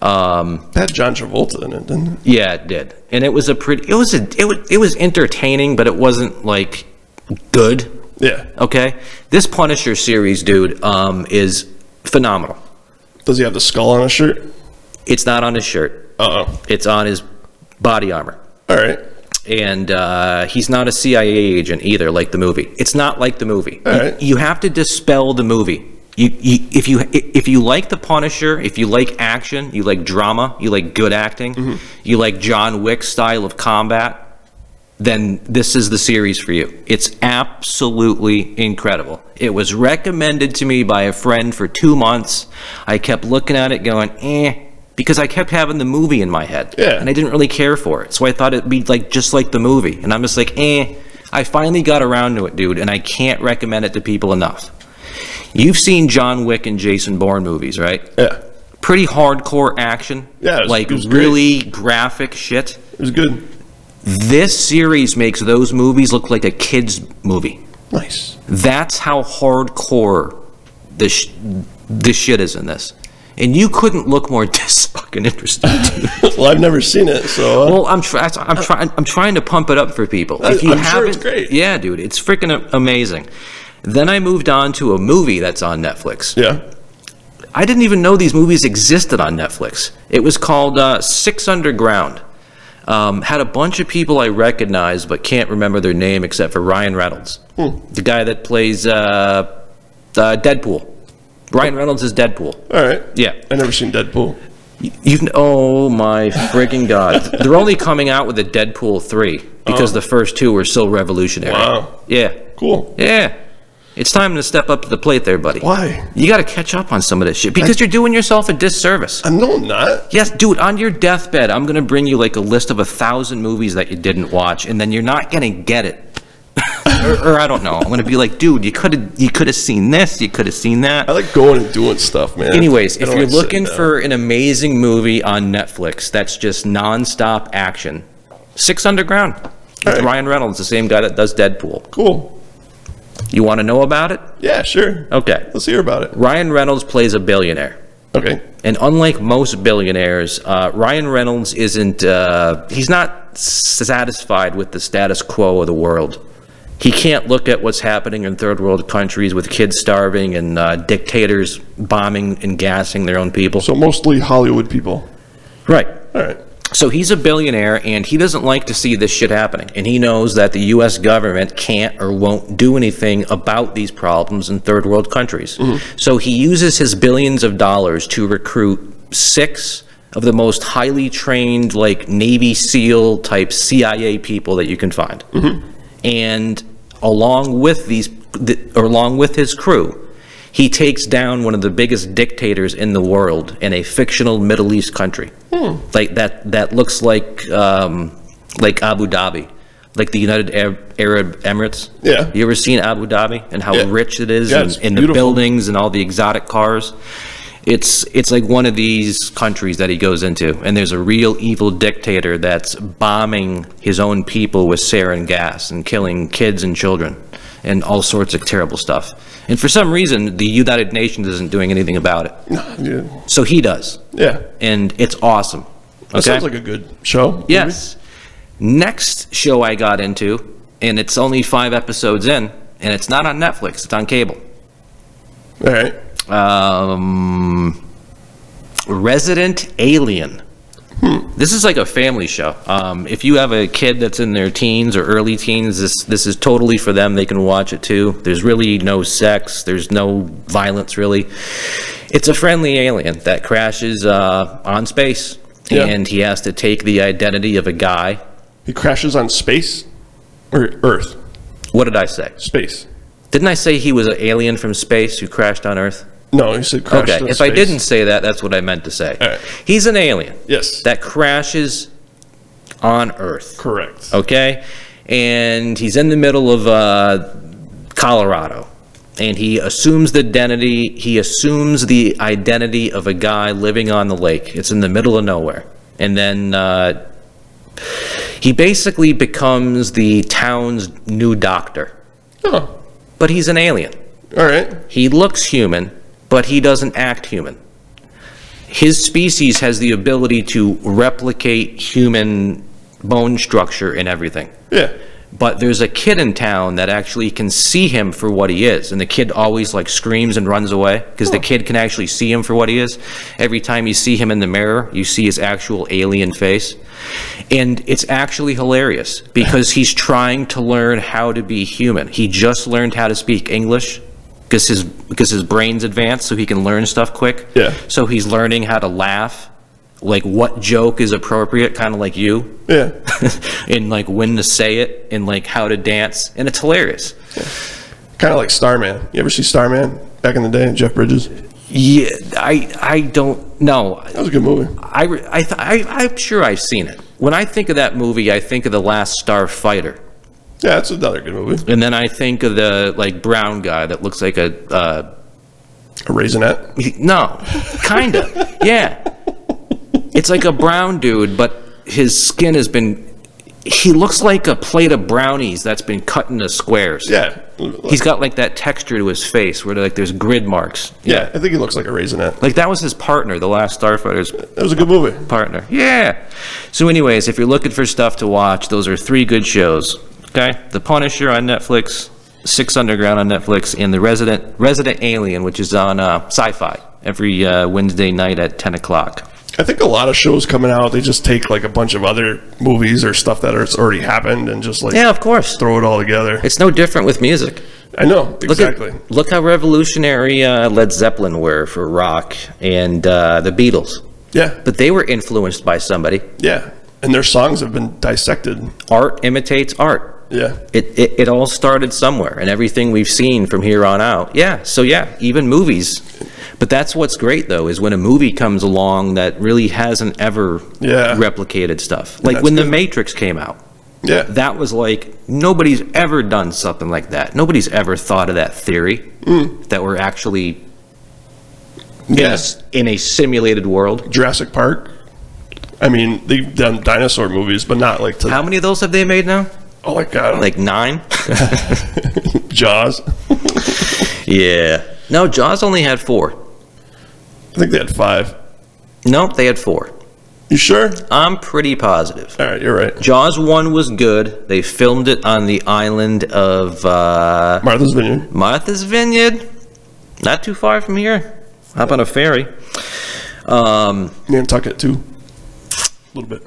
Speaker 2: Um,
Speaker 3: It had John Travolta in it, didn't it?
Speaker 2: yeah, it did, and it was a pretty. It was a. It was. It was entertaining, but it wasn't like good.
Speaker 3: Yeah.
Speaker 2: Okay, this Punisher series, dude, um, is phenomenal.
Speaker 3: Does he have the skull on his shirt? Uh-uh.
Speaker 2: It's not on his shirt;
Speaker 3: Uh-oh.
Speaker 2: it's on his body armor,
Speaker 3: All right.
Speaker 2: and uh, he's not a CIA agent either, like the movie. It's not like the movie.
Speaker 3: All right.
Speaker 2: You, you have to dispel the movie. You, you, if you if you like the Punisher, if you like action, you like drama, you like good acting,
Speaker 3: Mm-hmm.
Speaker 2: you like John Wick style of combat, then this is the series for you. It's absolutely incredible. It was recommended to me by a friend for two months. I kept looking at it going, eh, because I kept having the movie in my head.
Speaker 3: Yeah.
Speaker 2: And I didn't really care for it. So I thought it'd be like just like the movie. And I'm just like, eh. I finally got around to it, dude, and I can't recommend it to people enough. You've seen John Wick and Jason Bourne movies, right?
Speaker 3: Yeah.
Speaker 2: Pretty hardcore action.
Speaker 3: Yeah, it was-
Speaker 2: like
Speaker 3: it was great.
Speaker 2: really graphic shit
Speaker 3: It was good.
Speaker 2: this series makes those movies look like a kids movie
Speaker 3: Nice. [LAUGHS]
Speaker 2: that's how hardcore this sh- this shit is in this and you couldn't look more [LAUGHS] dis fucking
Speaker 3: [LAUGHS]
Speaker 2: interesting dude.
Speaker 3: well, I've never seen it, so uh,
Speaker 2: well i'm trying i'm trying i'm trying to pump it up for people if you
Speaker 3: I'm sure it's
Speaker 2: haven't-
Speaker 3: great.
Speaker 2: yeah dude it's freaking a- amazing then i moved on to a movie that's on netflix
Speaker 3: yeah.
Speaker 2: i didn't even know these movies existed on netflix it was called uh, six underground um, had a bunch of people I recognize but can't remember their name except for Ryan Reynolds, the guy that plays uh, uh, Deadpool. Ryan Reynolds is Deadpool.
Speaker 3: All right.
Speaker 2: Yeah.
Speaker 3: I never seen Deadpool.
Speaker 2: You can, oh my frigging god! They're only coming out with a Deadpool three because the first two were so revolutionary.
Speaker 3: Wow.
Speaker 2: Yeah,
Speaker 3: Cool.
Speaker 2: yeah. It's time to step up to the plate, there, buddy.
Speaker 3: Why?
Speaker 2: You got to catch up on some of this shit because you're doing yourself a disservice.
Speaker 3: I know I'm not.
Speaker 2: Yes, dude, on your deathbed, I'm going to bring you like a list of a thousand movies that you didn't watch, and then you're not going to get it. [LAUGHS] or, or I don't know. I'm going to be like, dude, you could have you could have seen this, you could have seen that.
Speaker 3: I like going and doing stuff, man.
Speaker 2: Anyways,
Speaker 3: I
Speaker 2: if
Speaker 3: don't
Speaker 2: you're
Speaker 3: like sitting
Speaker 2: looking
Speaker 3: down.
Speaker 2: for an amazing movie on Netflix that's just nonstop action, Six Underground with
Speaker 3: Alright.
Speaker 2: Ryan Reynolds, the same guy that does Deadpool.
Speaker 3: Cool.
Speaker 2: You want to know about it?
Speaker 3: Yeah, sure.
Speaker 2: Okay.
Speaker 3: Let's hear about it.
Speaker 2: Ryan Reynolds plays a billionaire.
Speaker 3: Okay.
Speaker 2: And unlike most billionaires, uh, Ryan Reynolds isn't, uh, he's not satisfied with the status quo of the world. He can't look at what's happening in third world countries with kids starving and uh, dictators bombing and gassing their own people.
Speaker 3: So mostly Hollywood people.
Speaker 2: Right.
Speaker 3: All right.
Speaker 2: So he's a billionaire and he doesn't like to see this shit happening. And he knows that the US government can't or won't do anything about these problems in third world countries. So he uses his billions of dollars to recruit six of the most highly trained, like Navy SEAL type CIA people that you can find. And along with these, th- or along with his crew, he takes down one of the biggest dictators in the world in a fictional Middle East country,
Speaker 3: Hmm.
Speaker 2: like that that looks like um, like Abu Dhabi, like the United Arab, Arab Emirates.
Speaker 3: Yeah.
Speaker 2: you ever seen Abu Dhabi and how
Speaker 3: Yeah.
Speaker 2: rich it is
Speaker 3: Yeah,
Speaker 2: and,
Speaker 3: it's
Speaker 2: and the
Speaker 3: beautiful.
Speaker 2: buildings and all the exotic cars? It's it's like one of these countries that he goes into, and there's a real evil dictator that's bombing his own people with sarin gas and killing kids and children and all sorts of terrible stuff. And for some reason, the United Nations isn't doing anything about it.
Speaker 3: Yeah.
Speaker 2: So he does,
Speaker 3: Yeah.
Speaker 2: and it's awesome.
Speaker 3: That sounds like a good show.
Speaker 2: Yes. Next show I got into, and it's only five episodes in, and it's not on Netflix, it's on cable.
Speaker 3: All right.
Speaker 2: Um, Resident Alien.
Speaker 3: Hmm.
Speaker 2: This is like a family show. Um, if you have a kid that's in their teens or early teens, this this is totally for them. They can watch it too. There's really no sex. There's no violence really. It's a friendly alien that crashes uh, on space,
Speaker 3: Yeah.
Speaker 2: and he has to take the identity of a guy.
Speaker 3: He crashes on space or Earth.
Speaker 2: What did I say?
Speaker 3: Space.
Speaker 2: Didn't I say he was an alien from space who crashed on Earth?
Speaker 3: No, he said crashes
Speaker 2: Okay,
Speaker 3: on
Speaker 2: if I
Speaker 3: space.
Speaker 2: didn't say that, that's what I meant to say.
Speaker 3: All right.
Speaker 2: He's an alien.
Speaker 3: Yes.
Speaker 2: that crashes on Earth.
Speaker 3: Correct.
Speaker 2: Okay, and he's in the middle of uh, Colorado, and he assumes the identity. He assumes the identity of a guy living on the lake. It's in the middle of nowhere, and then uh, he basically becomes the town's new doctor.
Speaker 3: Oh,
Speaker 2: But he's an alien.
Speaker 3: all right.
Speaker 2: He looks human, but he doesn't act human. His species has the ability to replicate human bone structure and everything.
Speaker 3: Yeah.
Speaker 2: But there's a kid in town that actually can see him for what he is, and the kid always like screams and runs away because the kid can actually see him for what he is. Every time you see him in the mirror, you see his actual alien face, and it's actually hilarious because he's trying to learn how to be human. He just learned how to speak English because his because his brain's advanced, so he can learn stuff quick.
Speaker 3: Yeah.
Speaker 2: So he's learning how to laugh, like what joke is appropriate, kind of like you
Speaker 3: Yeah.
Speaker 2: [LAUGHS] and like when to say it and like how to dance and it's hilarious
Speaker 3: kind of like Starman. You ever see Starman back in the day? Jeff Bridges. That
Speaker 2: yeah i i don't know
Speaker 3: was a good movie.
Speaker 2: i i, th- I i'm sure i've seen it when i think of that movie i think of the last starfighter
Speaker 3: Yeah, that's another good movie.
Speaker 2: and then i think of the like brown guy that looks like a uh
Speaker 3: A Raisinette.
Speaker 2: he- no [LAUGHS] kinda yeah it's like a brown dude but his skin has been he looks like a plate of brownies that's been cut into squares
Speaker 3: Yeah.
Speaker 2: he's got like that texture to his face where like there's grid marks
Speaker 3: yeah, I think he looks like a Raisinette.
Speaker 2: Like that was his partner, the last Starfighter's
Speaker 3: That was a good movie.
Speaker 2: partner. Yeah. So, anyways, if you're looking for stuff to watch, those are three good shows. Okay, The Punisher on Netflix, Six Underground on Netflix, and The Resident Resident Alien, which is on uh, Sci-Fi every uh, Wednesday night at 10 o'clock.
Speaker 3: I think a lot of shows coming out, they just take like a bunch of other movies or stuff that has already happened and just like
Speaker 2: Yeah, of course.
Speaker 3: throw it all together.
Speaker 2: It's no different with music.
Speaker 3: I know
Speaker 2: Look
Speaker 3: exactly.
Speaker 2: At, look how revolutionary uh, Led Zeppelin were for rock and uh, the Beatles,
Speaker 3: yeah,
Speaker 2: but they were influenced by somebody.
Speaker 3: yeah, and their songs have been dissected.
Speaker 2: Art imitates art.
Speaker 3: Yeah,
Speaker 2: it, it, it all started somewhere and everything we've seen from here on out yeah so yeah even movies but that's what's great though is when a movie comes along that really hasn't ever
Speaker 3: Yeah.
Speaker 2: replicated stuff like
Speaker 3: that's
Speaker 2: when the
Speaker 3: good.
Speaker 2: matrix came out
Speaker 3: yeah,
Speaker 2: that was like nobody's ever done something like that nobody's ever thought of that theory that we're actually in, a,
Speaker 3: Mm. yeah.
Speaker 2: s- in a simulated world
Speaker 3: Jurassic Park. I mean, they've done dinosaur movies, but not like to.
Speaker 2: how many of those have they made now
Speaker 3: oh my god, like
Speaker 2: like
Speaker 3: [LAUGHS]
Speaker 2: nine
Speaker 3: Jaws.
Speaker 2: yeah no jaws only had four
Speaker 3: I think they had five.
Speaker 2: nope they had four
Speaker 3: You sure?
Speaker 2: i'm pretty positive
Speaker 3: All right, you're right.
Speaker 2: Jaws 1 was good. They filmed it on the island of uh,
Speaker 3: Martha's Vineyard.
Speaker 2: Martha's Vineyard. Not too far from here. Hop on a ferry. Um,
Speaker 3: Nantucket too. A little bit.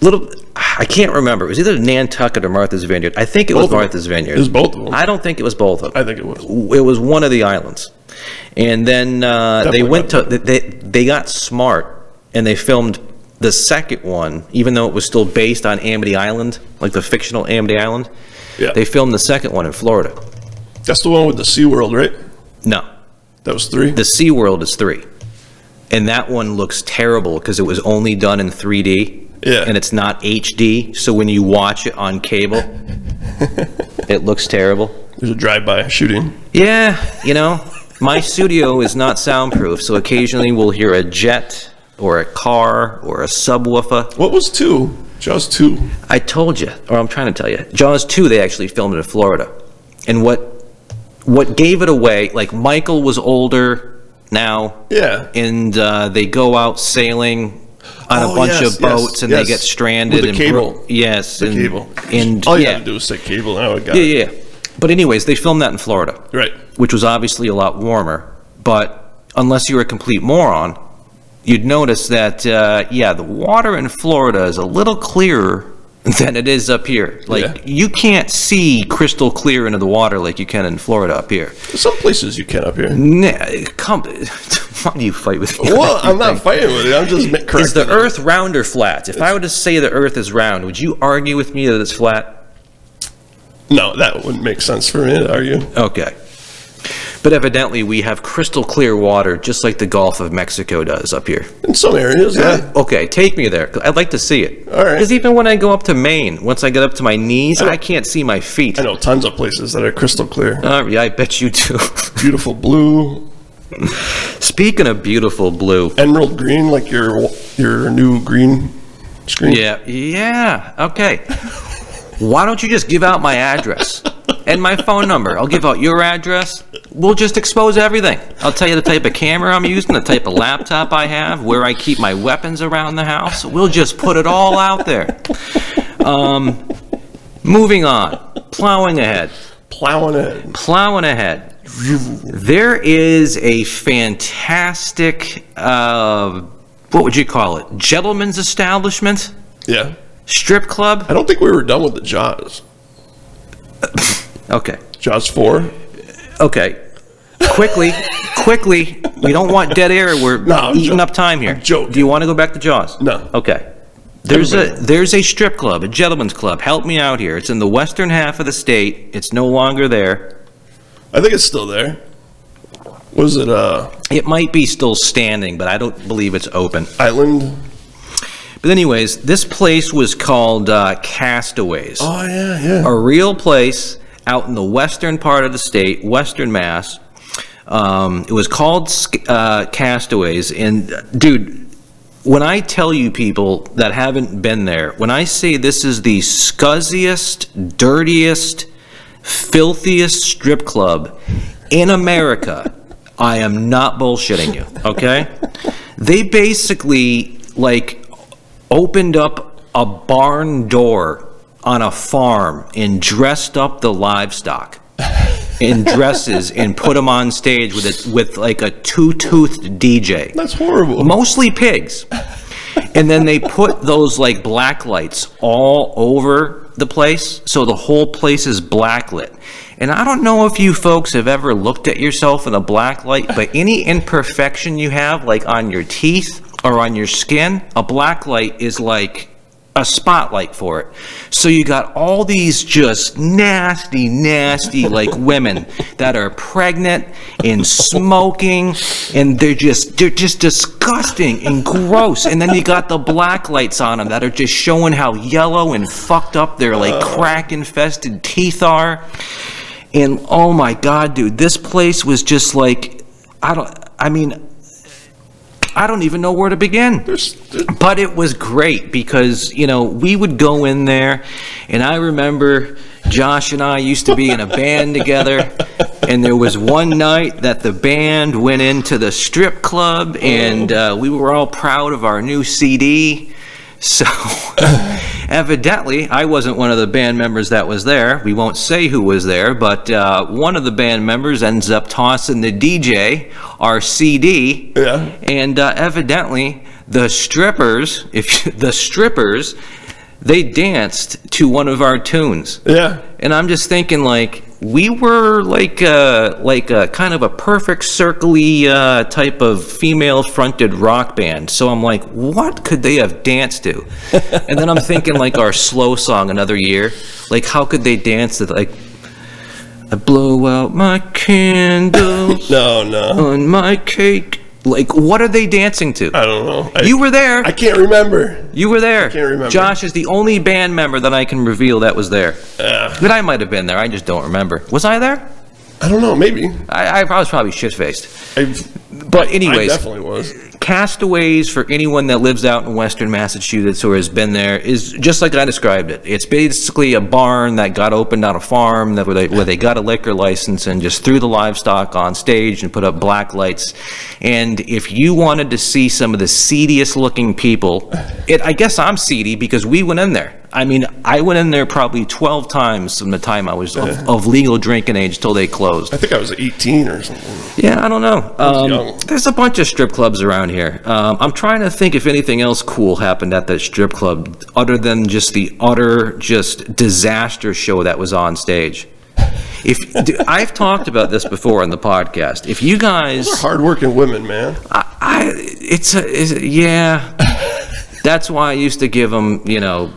Speaker 2: little, I can't remember. It was either Nantucket or Martha's Vineyard. I think it was
Speaker 3: Both of them.
Speaker 2: Martha's Vineyard.
Speaker 3: It was both of them. I,
Speaker 2: I don't think it was both of them.
Speaker 3: think it was.
Speaker 2: It was one of the islands. And then uh, they
Speaker 3: Definitely
Speaker 2: went to,
Speaker 3: not
Speaker 2: they, they got smart and they filmed the second one, even though it was still based on Amity Island, like the fictional Amity Island.
Speaker 3: Yeah,
Speaker 2: They filmed the second one in Florida.
Speaker 3: that's the one with the Sea World, right?
Speaker 2: No,
Speaker 3: That was three.
Speaker 2: the Sea World is three, and that one looks terrible because it was only done in 3D.
Speaker 3: Yeah.
Speaker 2: and it's not HD, so when you watch it on cable, it looks terrible.
Speaker 3: There's a drive-by shooting.
Speaker 2: Yeah, you know, My studio is not soundproof, so occasionally we'll hear a jet or a car or a subwoofer.
Speaker 3: What was two? Jaws two.
Speaker 2: I told you, or I'm trying to tell you, Jaws 2, they actually filmed it in Florida. And what, what gave it away, like Michael was older now,
Speaker 3: Yeah.
Speaker 2: and uh, they go out sailing on
Speaker 3: Oh,
Speaker 2: a bunch
Speaker 3: yes,
Speaker 2: of boats
Speaker 3: yes,
Speaker 2: and
Speaker 3: yes.
Speaker 2: they get stranded
Speaker 3: With the
Speaker 2: and
Speaker 3: cable.
Speaker 2: bro- yes
Speaker 3: The
Speaker 2: and,
Speaker 3: cable.
Speaker 2: and
Speaker 3: All you
Speaker 2: yeah.
Speaker 3: had to do was say cable. Now I got
Speaker 2: yeah
Speaker 3: it.
Speaker 2: yeah but anyways they filmed that in florida
Speaker 3: Right.
Speaker 2: which was obviously a lot warmer but unless you were a complete moron you'd notice that uh, yeah the water in florida is a little clearer [LAUGHS] than it is up here like
Speaker 3: Yeah.
Speaker 2: you can't see crystal clear into the water like you can in florida up here
Speaker 3: Some places you can up here.
Speaker 2: nah, come [LAUGHS] why do you fight with me on
Speaker 3: Well,
Speaker 2: that, you
Speaker 3: I'm not
Speaker 2: think?
Speaker 3: fighting with it. I'm just ma- correcting.
Speaker 2: Is the
Speaker 3: it.
Speaker 2: Earth round or flat? If I were to say the Earth is round, would you argue with me that it's flat?
Speaker 3: No, that wouldn't make sense for me. Are you?
Speaker 2: Okay. But evidently, we have crystal clear water, just like the Gulf of Mexico does up here.
Speaker 3: In some areas, yeah.
Speaker 2: Okay, take me there. 'cause I'd like to see it.
Speaker 3: All right.
Speaker 2: Because even when I go up to Maine, once I get up to my knees,
Speaker 3: know.
Speaker 2: I can't see my feet.
Speaker 3: I know tons of places that are crystal clear,
Speaker 2: Uh, yeah, I bet you do. [LAUGHS]
Speaker 3: beautiful blue,
Speaker 2: Speaking of beautiful blue,
Speaker 3: emerald green, like your your new green screen.
Speaker 2: Yeah, yeah, okay. Why don't you just give out my address and my phone number? I'll give out your address. We'll just expose everything. I'll tell you the type of camera I'm using, the type of laptop I have, where I keep my weapons around the house. We'll just put it all out there. Um, moving on, plowing ahead
Speaker 3: Plowing it.
Speaker 2: plowing ahead. There is a fantastic, uh, what would you call it? Gentleman's establishment?
Speaker 3: Yeah.
Speaker 2: Strip club?
Speaker 3: I don't think we were done with the Jaws.
Speaker 2: Okay.
Speaker 3: Jaws four.
Speaker 2: Okay. Quickly, quickly. We don't want dead air. We're
Speaker 3: No, I'm
Speaker 2: eating
Speaker 3: jo-
Speaker 2: up time here.
Speaker 3: I'm joking.
Speaker 2: Do you want to go back to Jaws?
Speaker 3: No.
Speaker 2: Okay. There's a
Speaker 3: Everybody-
Speaker 2: there's a strip club, a gentleman's club. Help me out here. It's in the western half of the state. It's no longer there.
Speaker 3: I think it's still there. Was it uh
Speaker 2: It might be still standing, but I don't believe it's open.
Speaker 3: Island?
Speaker 2: But anyways, this place was called uh, Castaways,
Speaker 3: Oh yeah, yeah.
Speaker 2: a real place out in the western part of the state, Western Mass. Um, it was called Sk- uh, Castaways, and uh, dude, when I tell you people that haven't been there, when I say this is the scuzziest, dirtiest, filthiest strip club in America, I am not bullshitting you, okay? They basically like opened up a barn door on a farm and dressed up the livestock in dresses and put them on stage with a, with like a two-toothed DJ
Speaker 3: That's horrible.
Speaker 2: mostly pigs. And then they put those like black lights all over the place, so the whole place is blacklit. And I don't know if you folks have ever looked at yourself in a black light, but any imperfection you have, like on your teeth or on your skin, a black light is like a spotlight for it. So you got all these just nasty, nasty like [LAUGHS] women that are pregnant and smoking and they're just they're just disgusting and gross. And then you got the black lights on them that are just showing how yellow and fucked up their like crack infested teeth are. And oh my god, dude, this place was just like I don't I mean I don't even know where to begin.
Speaker 3: There's- there-
Speaker 2: But it was great because, you know, we would go in there, and I remember Josh and I used to be in a band together. And there was one night that the band went into the strip club, and uh, we were all proud of our new CD. So [LAUGHS] evidently, I wasn't one of the band members that was there. We won't say who was there, but uh, one of the band members ends up tossing the DJ our CD.
Speaker 3: Yeah.
Speaker 2: And uh, evidently, the strippers, if you, the strippers, they danced to one of our tunes.
Speaker 3: yeah.
Speaker 2: And I'm just thinking, like, we were like a, like a kind of a perfect circly uh, type of female fronted rock band. So I'm like, what could they have danced to? and then I'm thinking, like, our slow song another year. Like, how could they dance to, like, I blow out my candles
Speaker 3: No, no.
Speaker 2: on my cake. Like, what are they dancing to?
Speaker 3: I don't know. I,
Speaker 2: you were there.
Speaker 3: Uh, I can't remember.
Speaker 2: you were there.
Speaker 3: can't remember.
Speaker 2: Josh is the only band member that I can reveal that was there.
Speaker 3: Uh,
Speaker 2: But I might have been there. I just don't remember. Was I there?
Speaker 3: I don't know. Maybe.
Speaker 2: I, I was probably shit faced.
Speaker 3: I,
Speaker 2: But
Speaker 3: I
Speaker 2: anyways,
Speaker 3: definitely was.
Speaker 2: Castaways for anyone that lives out in western Massachusetts or has been there is just like I described it. It's basically a barn that got opened on a farm that where they, where they got a liquor license and just threw the livestock on stage and put up black lights. And if you wanted to see some of the seediest looking people, it I guess I'm seedy because we went in there. I mean, I went in there probably 12 times from the time I was of, of legal drinking age till they closed.
Speaker 3: I think I was 18 or something.
Speaker 2: Yeah, I don't know.
Speaker 3: young.
Speaker 2: Um, there's a bunch of strip clubs around here. Um, I'm trying to think if anything else cool happened at that strip club other than just the utter just disaster show that was on stage. If d- [LAUGHS] I've talked about this before on the podcast, if you guys,
Speaker 3: Hardworking women, man.
Speaker 2: I, I it's a is it, yeah. That's why I used to give them, you know,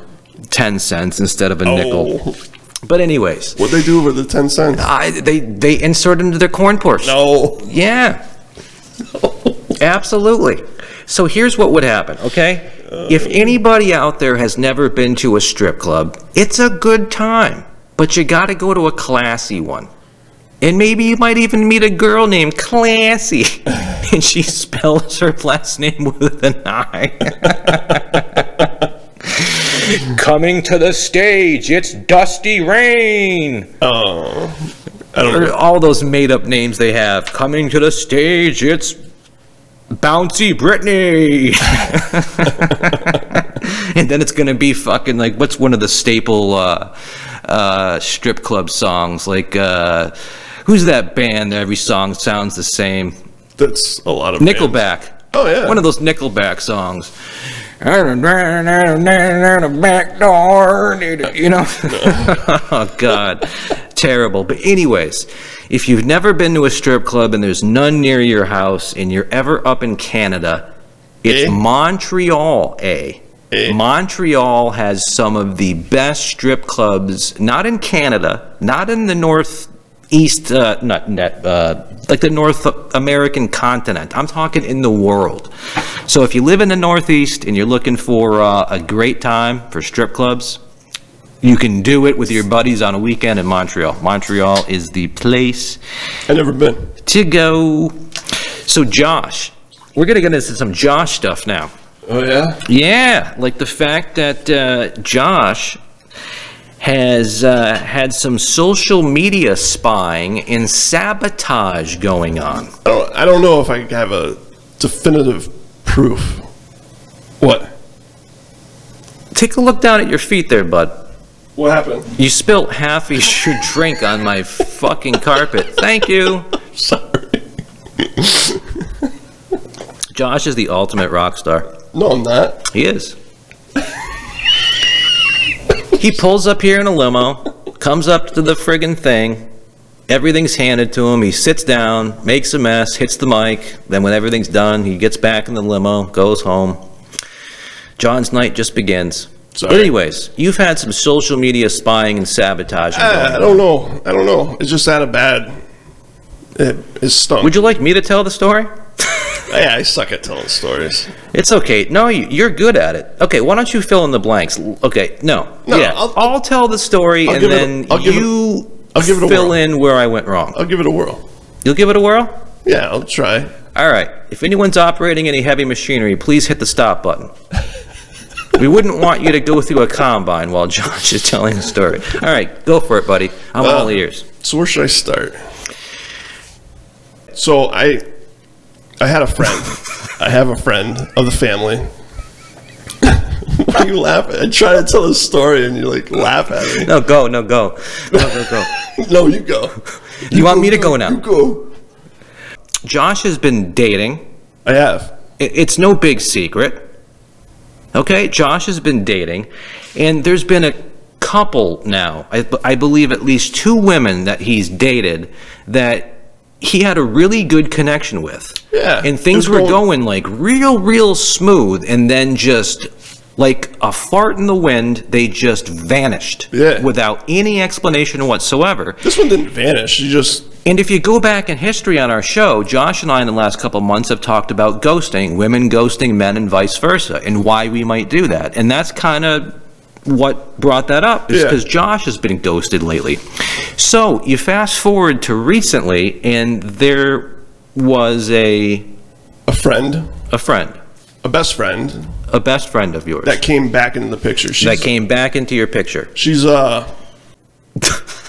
Speaker 2: ten cents instead of a nickel.
Speaker 3: Oh,
Speaker 2: But anyways,
Speaker 3: what'd they do with the 10 cents?
Speaker 2: I they they insert into their corn porch.
Speaker 3: No.
Speaker 2: Yeah. Absolutely. So here's what would happen, okay? If anybody out there has never been to a strip club, it's a good time, but you got to go to a classy one. And maybe you might even meet a girl named Clancy, [LAUGHS] and she spells her last name with an I. [LAUGHS] Coming to the stage, it's Dusty Rain
Speaker 3: Oh. I don't
Speaker 2: or all those made up names they have. Coming to the stage, it's Bouncy Brittany. [LAUGHS] and then it's going to be fucking like, what's one of the staple uh, uh, strip club songs? Like, uh, who's that band that every song sounds the same?
Speaker 3: That's a lot of bands.
Speaker 2: Nickelback.
Speaker 3: Oh, yeah.
Speaker 2: One of those Nickelback songs. Back door, you know. [LAUGHS] oh God, terrible. But anyways, if you've never been to a strip club and there's none near your house, and you're ever up in Canada, it's
Speaker 3: Eh?
Speaker 2: Montreal. A.
Speaker 3: Eh?
Speaker 2: Montreal has some of the best strip clubs, not in Canada, not in the northeast, uh, not net, uh, like the North American continent. I'm talking in the world. So if you live in the Northeast and you're looking for uh, a great time for strip clubs, you can do it with your buddies on a weekend in Montreal. Montreal is the place
Speaker 3: i never been.
Speaker 2: to go. So Josh, we're gonna get into some Josh stuff now.
Speaker 3: Oh, yeah?
Speaker 2: Yeah, like the fact that uh, Josh has uh, had some social media spying and sabotage going on.
Speaker 3: I don't, I don't know if I have a definitive proof. What?
Speaker 2: Take a look down at your feet there, bud.
Speaker 3: What happened?
Speaker 2: You spilt half of your [LAUGHS] drink on my fucking carpet. Thank you.
Speaker 3: Sorry.
Speaker 2: Josh is the ultimate rock star.
Speaker 3: No, I'm not.
Speaker 2: He is. he pulls up here in a limo, comes up to the friggin' thing. Everything's handed to him. He sits down, makes a mess, hits the mic. Then, when everything's done, he gets back in the limo, goes home. John's night just begins. But,
Speaker 3: Sorry.
Speaker 2: anyways, you've had some social media spying and sabotaging.
Speaker 3: Uh,
Speaker 2: going
Speaker 3: I
Speaker 2: on.
Speaker 3: don't know. I don't know. It's just out of bad. It, it stunk.
Speaker 2: Would you like me to tell the story?
Speaker 3: yeah, I suck at telling stories.
Speaker 2: It's okay. No, you- you're good at it. Okay, why don't you fill in the blanks? L- Okay, no.
Speaker 3: No,
Speaker 2: yeah, I'll,
Speaker 3: I'll-
Speaker 2: tell the story
Speaker 3: I'll
Speaker 2: and
Speaker 3: give it a-
Speaker 2: then
Speaker 3: I'll give it-
Speaker 2: you
Speaker 3: I'll give it a
Speaker 2: fill
Speaker 3: whirl.
Speaker 2: in where I went wrong.
Speaker 3: I'll give it a whirl.
Speaker 2: You'll give it a whirl?
Speaker 3: Yeah, I'll try.
Speaker 2: All right. If anyone's operating any heavy machinery, please hit the stop button. [LAUGHS] we wouldn't want you to go through a combine while Josh is telling the story. All right, go for it, buddy. I'm all
Speaker 3: Uh,
Speaker 2: ears.
Speaker 3: So where should I start? So I, I had a
Speaker 2: [LAUGHS]
Speaker 3: friend. I have a friend of the family. [LAUGHS] Why you laugh? I try to tell a story and you like laugh at
Speaker 2: No, go, no, go. Go, go, go.
Speaker 3: me. [LAUGHS] No, you go.
Speaker 2: You want me to go now?
Speaker 3: You go.
Speaker 2: Josh has been dating.
Speaker 3: I have.
Speaker 2: I- It's no big secret. Okay, Josh has been dating, and there's been a couple now, I, I believe at least two women that he's dated that he had a really good connection with.
Speaker 3: Yeah,
Speaker 2: And
Speaker 3: it was
Speaker 2: things were
Speaker 3: going-
Speaker 2: going like real, real smooth, and then just like a fart in the wind, they just vanished
Speaker 3: Yeah.
Speaker 2: without any explanation whatsoever.
Speaker 3: This one didn't vanish. You just
Speaker 2: And if you go back in history on our show, Josh and I in the last couple of months have talked about ghosting, women ghosting men, and vice versa, and why we might do that. And that's kind of what brought that up is
Speaker 3: Yeah.
Speaker 2: because Josh has been ghosted lately. So you fast forward to recently, and there was a
Speaker 3: A friend,
Speaker 2: a friend,
Speaker 3: a best friend
Speaker 2: a best friend of yours
Speaker 3: that came back into the picture. She's,
Speaker 2: that came back into your picture.
Speaker 3: She's uh. [LAUGHS]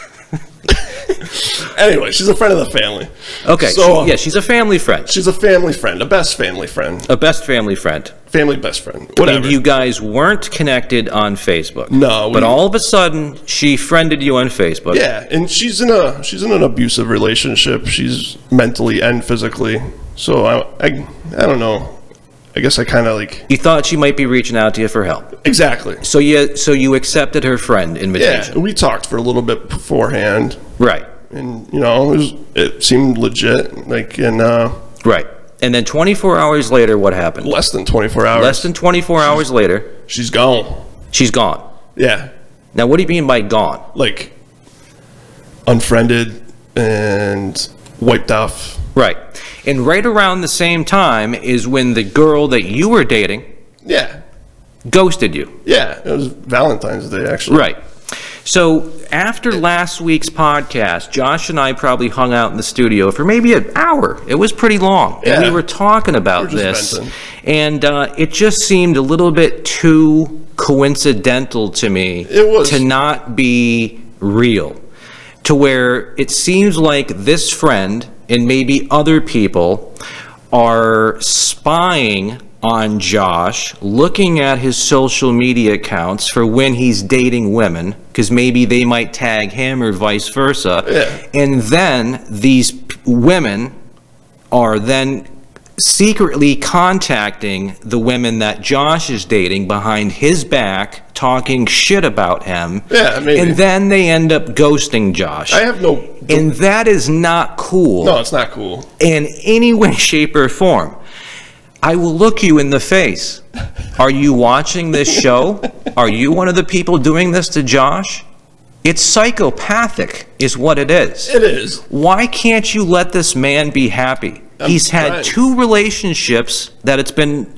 Speaker 3: anyway, she's a friend of the family.
Speaker 2: Okay,
Speaker 3: So, uh,
Speaker 2: she- yeah, she's a family friend,
Speaker 3: She's a family friend, a best family friend,
Speaker 2: a best family friend.
Speaker 3: family best friend, whatever.
Speaker 2: And you guys weren't connected on Facebook.
Speaker 3: No, we-
Speaker 2: But all of a sudden, she friended you on Facebook.
Speaker 3: yeah, and she's in a she's in an abusive relationship. She's mentally and physically. So I I, I don't know. I guess I kind of like
Speaker 2: You thought she might be reaching out to you for help.
Speaker 3: exactly.
Speaker 2: So you so you accepted her friend
Speaker 3: Yeah,
Speaker 2: invitation.
Speaker 3: we talked for a little bit beforehand,
Speaker 2: Right.
Speaker 3: and you know it, was, it seemed legit. Like in uh,
Speaker 2: Right. And then 24 hours later what happened?
Speaker 3: less than 24 hours,
Speaker 2: Less than 24 hours later,
Speaker 3: she's gone.
Speaker 2: she's gone.
Speaker 3: Yeah,
Speaker 2: Now what do you mean by gone?
Speaker 3: like unfriended and wiped off.
Speaker 2: Right. And right around the same time is when the girl that you were dating
Speaker 3: Yeah,
Speaker 2: ghosted you.
Speaker 3: yeah. It was Valentine's Day actually.
Speaker 2: Right. So after last week's podcast, Josh and I probably hung out in the studio for maybe an hour. It was pretty long. And we
Speaker 3: Yeah.
Speaker 2: were talking about
Speaker 3: We were just
Speaker 2: this.
Speaker 3: venting.
Speaker 2: And uh, it just seemed a little bit too coincidental to me
Speaker 3: It was.
Speaker 2: to not be real. To where it seems like this friend and maybe other people are spying on Josh, looking at his social media accounts for when he's dating women, because maybe they might tag him or vice versa.
Speaker 3: Yeah.
Speaker 2: And then these p- women are then secretly contacting the women that Josh is dating behind his back, talking shit about him.
Speaker 3: Yeah, maybe.
Speaker 2: And then they end up ghosting Josh.
Speaker 3: I have no.
Speaker 2: and that is not cool
Speaker 3: No, it's not cool.
Speaker 2: in any way, shape, or form. I will look you in the face. Are you watching this show? Are you one of the people doing this to Josh? It's psychopathic, is what it is
Speaker 3: It is.
Speaker 2: why can't you let this man be happy?
Speaker 3: I'm
Speaker 2: He's had
Speaker 3: trying.
Speaker 2: two relationships that it's been.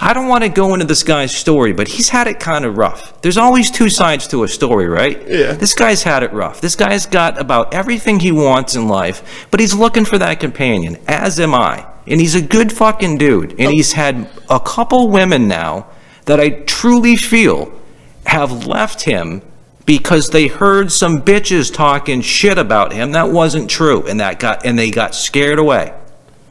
Speaker 2: I don't want to go into this guy's story, but he's had it kind of rough. There's always two sides to a story, right?
Speaker 3: Yeah.
Speaker 2: This guy's had it rough. This guy's got about everything he wants in life, but he's looking for that companion, as am I. And he's a good fucking dude. And he's had a couple women now that I truly feel have left him because they heard some bitches talking shit about him that wasn't true and that got and they got scared away.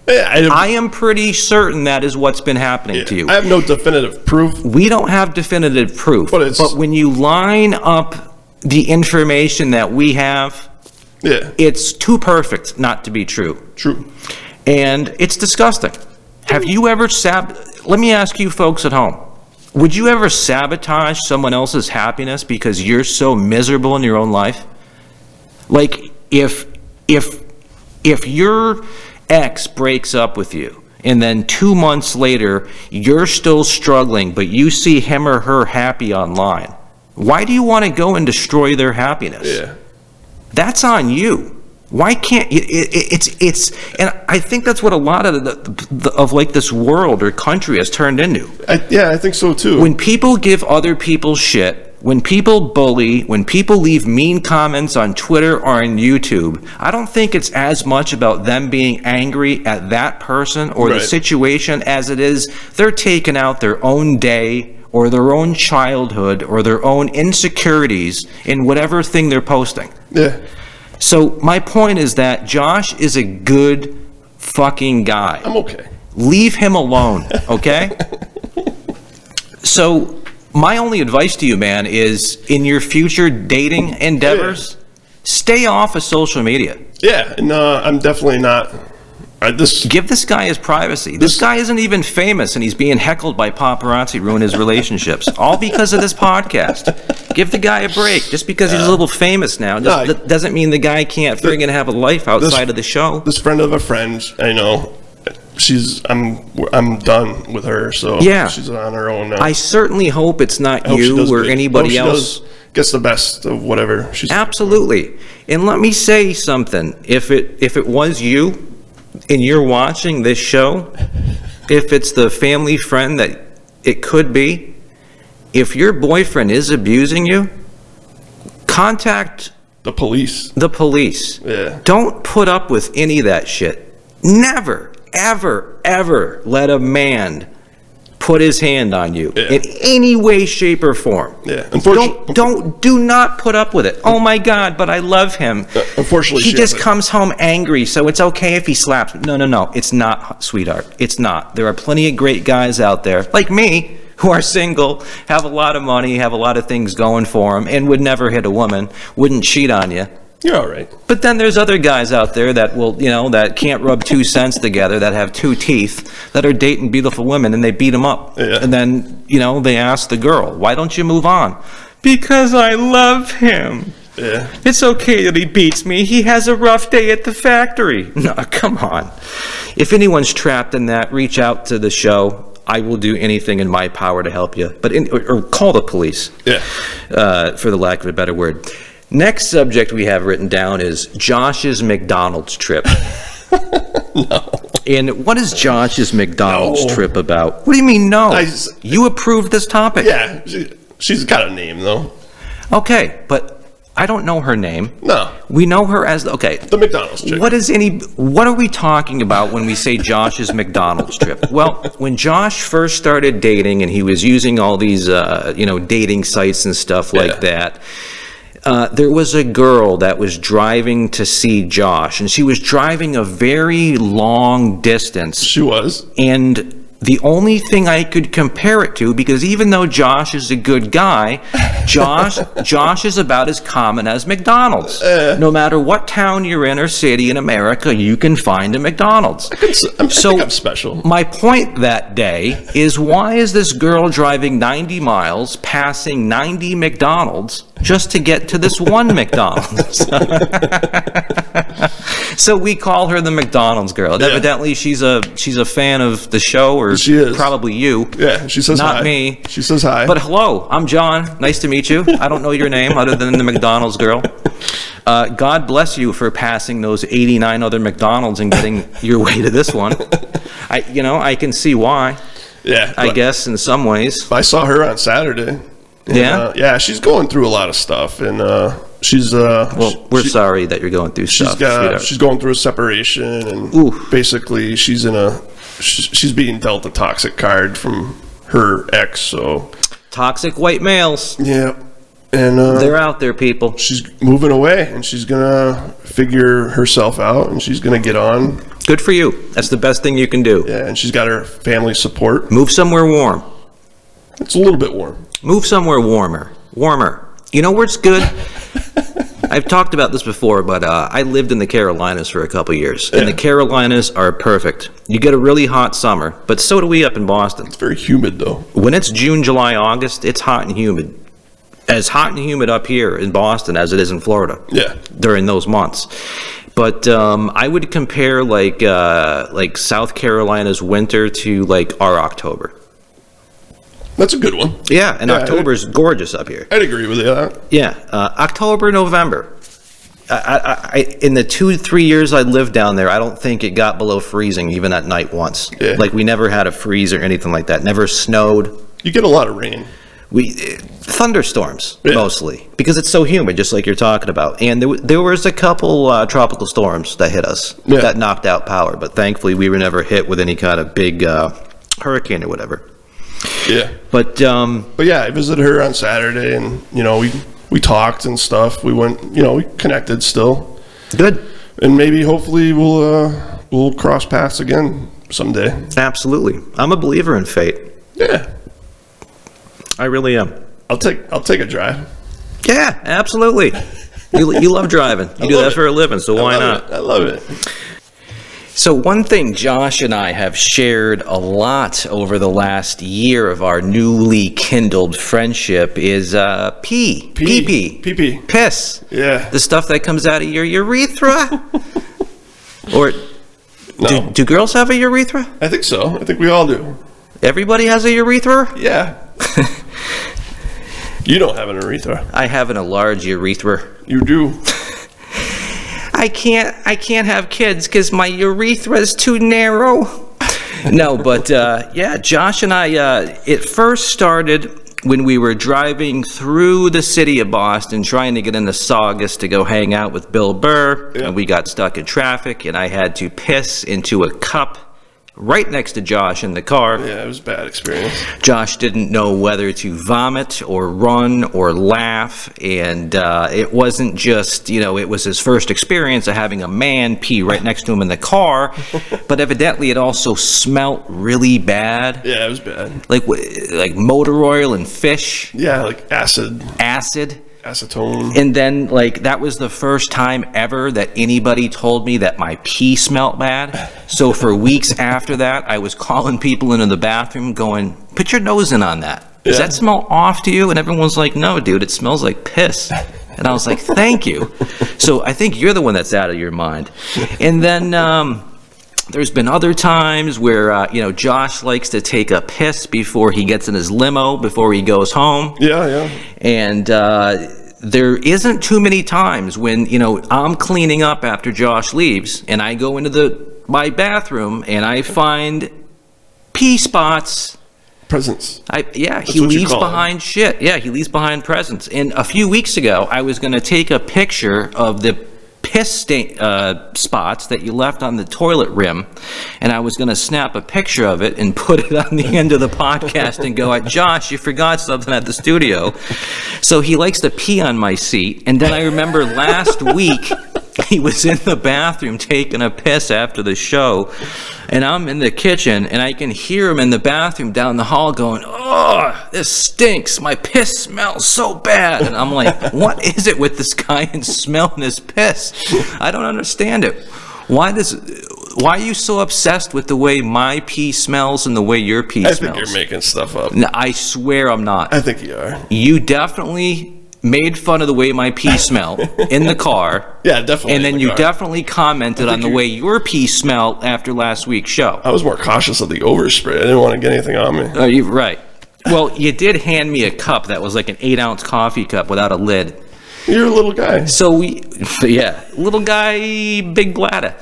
Speaker 3: Yeah,
Speaker 2: I
Speaker 3: I,
Speaker 2: am pretty certain that is what's been happening to you.
Speaker 3: I have no definitive proof.
Speaker 2: we don't have definitive proof,
Speaker 3: But it's-
Speaker 2: when you line up the information that we have,
Speaker 3: Yeah,
Speaker 2: it's too perfect not to be true.
Speaker 3: true.
Speaker 2: And it's disgusting. Have you ever sab, let me ask you folks at home, would you ever sabotage someone else's happiness because you're so miserable in your own life? Like, if, if, if your ex breaks up with you, and then two months later, you're still struggling, but you see him or her happy online, why do you want to go and destroy their happiness?
Speaker 3: Yeah,
Speaker 2: that's on you. Why can't it, it, it's it's and I think that's what a lot of the, the of like this world or country has turned into.
Speaker 3: I, yeah, I think so too.
Speaker 2: When people give other people shit, when people bully, when people leave mean comments on Twitter or on YouTube, I don't think it's as much about them being angry at that person or the
Speaker 3: Right.
Speaker 2: situation as it is they're taking out their own day or their own childhood or their own insecurities in whatever thing they're posting.
Speaker 3: yeah,
Speaker 2: So my point is that Josh is a good fucking guy.
Speaker 3: I'm okay.
Speaker 2: Leave him alone, okay? so my only advice to you, man, is in your future dating endeavors, stay off of social media.
Speaker 3: Yeah, and uh, I'm definitely not. I, this
Speaker 2: Give this guy his privacy. This
Speaker 3: This-
Speaker 2: guy isn't even famous and he's being heckled by paparazzi ruin his
Speaker 3: [LAUGHS]
Speaker 2: relationships all because of this podcast. Give the guy a break. Just because he's a little famous now
Speaker 3: No, I-
Speaker 2: does- doesn't mean the guy can't friggin' have a life outside of the show.
Speaker 3: this friend of a friend I know. She's I'm I'm done with her. So
Speaker 2: Yeah.
Speaker 3: she's on her own now.
Speaker 2: I certainly hope it's not
Speaker 3: hope she
Speaker 2: you
Speaker 3: does
Speaker 2: or
Speaker 3: good. Hope
Speaker 2: anybody
Speaker 3: she
Speaker 2: else.
Speaker 3: does- gets the best of whatever she's.
Speaker 2: Absolutely. And let me say something. If it if it was you and you're watching this show, if it's the family friend that it could be, if your boyfriend is abusing you, contact
Speaker 3: The police.
Speaker 2: the police.
Speaker 3: Yeah.
Speaker 2: Don't put up with any of that shit. Never, ever, ever let a man put his hand on you
Speaker 3: Yeah.
Speaker 2: in any way, shape, or form.
Speaker 3: Yeah.
Speaker 2: Don't,
Speaker 3: Unfortunately,
Speaker 2: don't, do not put up with it. Oh my God, but I love him.
Speaker 3: Uh, unfortunately,
Speaker 2: he
Speaker 3: she
Speaker 2: just
Speaker 3: hasn't.
Speaker 2: comes home angry, so it's okay if he slaps. me. No, no, no. It's not, sweetheart. It's not. There are plenty of great guys out there, like me, who are single, have a lot of money, have a lot of things going for them, and would never hit a woman, wouldn't cheat on you.
Speaker 3: You're all right.
Speaker 2: But then there's other guys out there that will, you know, that can't rub two cents together, that have two teeth, that are dating beautiful women, and they beat them up.
Speaker 3: Yeah.
Speaker 2: And then, you know, they ask the girl, why don't you move on? Because I love him.
Speaker 3: Yeah.
Speaker 2: It's okay that he beats me. He has a rough day at the factory. [LAUGHS] No, come on. If anyone's trapped in that, reach out to the show. I will do anything in my power to help you, but in, or, or call the police.
Speaker 3: Yeah.
Speaker 2: Uh, for the lack of a better word. Next subject we have written down is Josh's McDonald's [LAUGHS] trip. And what is Josh's McDonald's
Speaker 3: No.
Speaker 2: trip about? What do you mean, no?
Speaker 3: I s-
Speaker 2: you approved this topic.
Speaker 3: Yeah. She, she's got a name, though.
Speaker 2: Okay, but I don't know her name.
Speaker 3: No.
Speaker 2: We know her as okay.
Speaker 3: The McDonald's chick.
Speaker 2: What is any? What are we talking about when we say Josh's McDonald's trip? Well, when Josh first started dating and he was using all these, uh, you know, dating sites and stuff like
Speaker 3: Yeah.
Speaker 2: that. Uh, there was a girl that was driving to see Josh, and she was driving a very long distance.
Speaker 3: She was.
Speaker 2: And the only thing I could compare it to, because even though Josh is a good
Speaker 3: [LAUGHS]
Speaker 2: guy, Josh Josh is about as common as McDonald's.
Speaker 3: Uh.
Speaker 2: no matter what town you're in or city in America, you can find a McDonald's.
Speaker 3: It's, I'm, I
Speaker 2: So-
Speaker 3: think I'm special.
Speaker 2: My point that day is why is this girl driving 90 miles, passing 90 McDonald's just to get to this one McDonald's? [LAUGHS] so we call her the McDonald's girl. And
Speaker 3: Yeah.
Speaker 2: Evidently, she's a she's a fan of the show, or
Speaker 3: She is.
Speaker 2: probably you.
Speaker 3: Yeah, she says
Speaker 2: Not
Speaker 3: hi.
Speaker 2: me.
Speaker 3: She says hi.
Speaker 2: But hello, I'm John. Nice to meet you. I don't know your name other than the McDonald's girl. Uh, God bless you for passing those 89 other McDonald's and getting your way to this one. I, you know, I can see why.
Speaker 3: yeah.
Speaker 2: I
Speaker 3: but
Speaker 2: guess in some ways.
Speaker 3: I saw her on Saturday. And,
Speaker 2: Yeah?
Speaker 3: uh, yeah. She's going through a lot of stuff, and uh, she's uh.
Speaker 2: Well, we're
Speaker 3: she-
Speaker 2: sorry that you're going through
Speaker 3: She's
Speaker 2: stuff.
Speaker 3: got.
Speaker 2: sweetheart.
Speaker 3: She's going through a separation, and
Speaker 2: Oof.
Speaker 3: basically, she's in a. sh- She's being dealt a toxic card from her ex. So
Speaker 2: Toxic white males.
Speaker 3: yeah, and uh,
Speaker 2: They're out there, people.
Speaker 3: she's moving away, and she's gonna figure herself out, and she's gonna get on.
Speaker 2: Good for you. That's the best thing you can do.
Speaker 3: Yeah, and she's got her family support.
Speaker 2: Move somewhere warm.
Speaker 3: It's a little bit warm.
Speaker 2: Move somewhere warmer. Warmer. You know where it's
Speaker 3: [LAUGHS]
Speaker 2: good? I've talked about this before, but uh, I lived in the Carolinas for a couple years, and the Carolinas are perfect. You get a really hot summer, but so do we up in Boston.
Speaker 3: Very humid though.
Speaker 2: When it's June, July, August, it's hot and humid. As hot and humid up here in Boston as it is in Florida
Speaker 3: Yeah,
Speaker 2: during those months. But um, I would compare like uh, like South Carolina's winter to like our October.
Speaker 3: that's a good one.
Speaker 2: Yeah, and
Speaker 3: Yeah, I-
Speaker 2: October's gorgeous up here.
Speaker 3: I'd agree with you. on that.
Speaker 2: Yeah, uh, October, November. I, I, I, in the two, three years I lived down there, I don't think it got below freezing even at night once.
Speaker 3: Yeah.
Speaker 2: Like we never had a freeze or anything like that. Never snowed.
Speaker 3: You get a lot of rain.
Speaker 2: We eh, thunderstorms
Speaker 3: Yeah.
Speaker 2: mostly because it's so humid, just like you're talking about. And there, w- there was a couple uh, tropical storms that hit us
Speaker 3: Yeah.
Speaker 2: that knocked out power, but thankfully we were never hit with any kind of big uh, hurricane or whatever.
Speaker 3: Yeah.
Speaker 2: But um,
Speaker 3: But yeah, I visited her on Saturday, and you know we we talked and stuff. We went, you know, we connected still,
Speaker 2: good,
Speaker 3: and maybe hopefully we'll uh, we'll cross paths again someday.
Speaker 2: absolutely. I'm a believer in fate.
Speaker 3: Yeah,
Speaker 2: I really am.
Speaker 3: I'll take I'll take a drive.
Speaker 2: Yeah, absolutely. You, you love
Speaker 3: [LAUGHS]
Speaker 2: driving. You do
Speaker 3: love
Speaker 2: that
Speaker 3: it.
Speaker 2: for a living, so
Speaker 3: I
Speaker 2: why
Speaker 3: love
Speaker 2: not?
Speaker 3: it. I love it.
Speaker 2: So, one thing Josh and I have shared a lot over the last year of our newly kindled friendship is uh, pee. Pee pee.
Speaker 3: pee pee.
Speaker 2: Piss.
Speaker 3: Yeah.
Speaker 2: The stuff that comes out of your urethra. or
Speaker 3: No,
Speaker 2: do, do girls have a urethra?
Speaker 3: I think so. I think we all do.
Speaker 2: Everybody has a urethra?
Speaker 3: Yeah. you don't have an urethra.
Speaker 2: I have an enlarged urethra.
Speaker 3: You do.
Speaker 2: I can't I can't have kids because my urethra is too narrow. no, but uh, yeah, Josh and I uh, it first started
Speaker 4: when we were driving through the city of Boston trying to get into Saugus to go hang out with Bill Burr,
Speaker 3: Yeah.
Speaker 4: and we got stuck in traffic, and I had to piss into a cup right next to Josh in the car.
Speaker 3: Yeah, it was a bad experience.
Speaker 4: Josh didn't know whether to vomit or run or laugh. And uh, it wasn't just, you know, it was his first experience of having a man pee right next to him in the car. but evidently, it also smelt really bad
Speaker 3: Yeah, it was bad.
Speaker 4: like, w- like motor oil and fish,
Speaker 3: Yeah, like acid,
Speaker 4: acid.
Speaker 3: acetone.
Speaker 4: And then, like, that was the first time ever that anybody told me that my pee smelt bad. So for weeks after that, I was calling people into the bathroom going, put your nose in on that. Does
Speaker 3: Yeah.
Speaker 4: that smell off to you? And everyone's like, no, dude, it smells like piss. And I was like, thank you. So I think you're the one that's out of your mind. And then, um, there's been other times where uh, you know Josh likes to take a piss before he gets in his limo before he goes home
Speaker 3: Yeah, yeah.
Speaker 4: and uh, there isn't too many times when you know I'm cleaning up after Josh leaves, and I go into the my bathroom and I find pee spots.
Speaker 3: Presents.
Speaker 4: I, yeah, he
Speaker 3: what you
Speaker 4: leaves
Speaker 3: call 'em.
Speaker 4: behind shit. Yeah, he leaves behind presents. And a few weeks ago, I was going to take a picture of the piss stain, uh, spots that you left on the toilet rim, and I was going to snap a picture of it and [LAUGHS] put it on the end of the podcast and go, "Uh, "Josh, you forgot something at the studio." So he likes to pee on my seat, and then I
Speaker 3: [LAUGHS]
Speaker 4: remember last week. He was in the bathroom taking a piss after the show, and I'm in the kitchen, and I can hear him in the bathroom down the hall going, "Oh, this stinks! My piss smells so bad!" And I'm like, [LAUGHS] "What is it with this guy and smelling his piss? I don't understand it. Why does? Why are you so obsessed with the way my pee smells and the way your pee
Speaker 3: I think
Speaker 4: smells?"
Speaker 3: you're making stuff up.
Speaker 4: No, I swear I'm not
Speaker 3: I think you are.
Speaker 4: you definitely made fun of the way my pee smelled in the car.
Speaker 3: [LAUGHS] Yeah, definitely
Speaker 4: And
Speaker 3: in
Speaker 4: then
Speaker 3: the
Speaker 4: you
Speaker 3: car.
Speaker 4: definitely commented on the
Speaker 3: you-
Speaker 4: way your pee smelled after last week's show.
Speaker 3: I was more cautious of the overspray. I didn't want to get anything on me.
Speaker 4: Oh, you right. Well, you did hand me a cup that was like an eight ounce coffee cup without a lid.
Speaker 3: You're a little guy.
Speaker 4: So
Speaker 3: [LAUGHS]
Speaker 4: we, yeah, little guy, big bladder.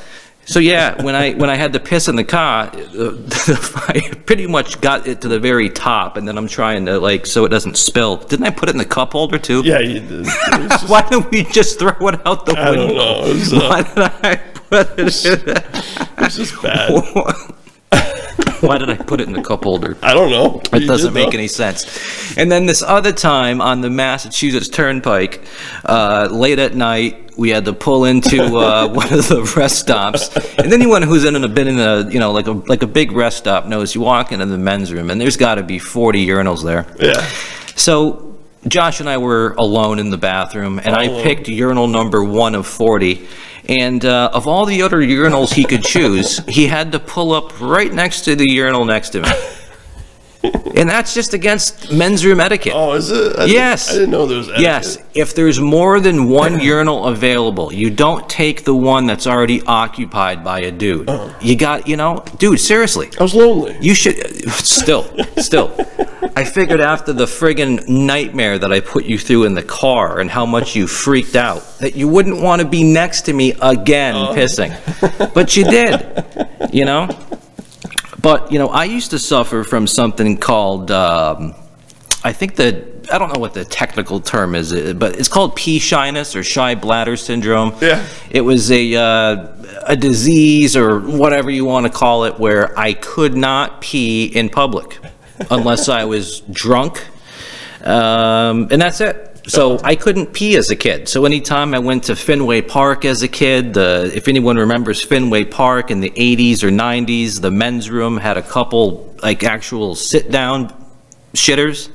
Speaker 4: So yeah, when I when I had the piss in the car, uh, I [LAUGHS] pretty much got it to the very top, and then I'm trying to like so it doesn't spill. Didn't I put it in the cup holder too?
Speaker 3: Yeah, you did. It was just-
Speaker 4: [LAUGHS] Why didn't we just throw it out the
Speaker 3: I
Speaker 4: window?
Speaker 3: don't know. It was, uh,
Speaker 4: Why did I put it in
Speaker 3: it was just bad.
Speaker 4: [LAUGHS] Why did I put it in the cup holder?
Speaker 3: I don't know.
Speaker 4: It doesn't make any sense. And then this other time on the Massachusetts Turnpike, uh, late at night, we had to pull into uh, one of the rest stops. And anyone who's in a, been in a you know like a like a big rest stop knows you walk into the men's room and there's got to be 40 urinals there.
Speaker 3: Yeah.
Speaker 4: So Josh and I were alone in the bathroom, and I
Speaker 3: Alone.
Speaker 4: picked urinal number one of 40. And uh, of all the other urinals he could choose, he had to pull up right next to the urinal next to me. and that's just against men's room etiquette.
Speaker 3: Oh, is it? I didn't-
Speaker 4: Yes.
Speaker 3: I didn't know there was. Etiquette.
Speaker 4: Yes, if there's more than one urinal available, you don't take the one that's already occupied by a dude.
Speaker 3: Uh-huh.
Speaker 4: You got, you know, dude, seriously.
Speaker 3: I was lonely.
Speaker 4: You should still, still. I figured after the friggin' nightmare that I put you through in the car and how much you freaked out that you wouldn't want to be next to me again pissing. But you did, you know? But, you know, I used to suffer from something called, um, I think the, I don't know what the technical term is, uh, but it's called pea shyness or shy bladder syndrome.
Speaker 3: Yeah.
Speaker 4: It was a, uh, a disease or whatever you want to call it where I could not pee in public unless I was drunk. Um, and that's it. So I couldn't pee as a kid. So anytime I went to Fenway Park as a kid, the, if anyone remembers Fenway Park in the 80s or 90s, the men's room had a couple like actual sit down shitters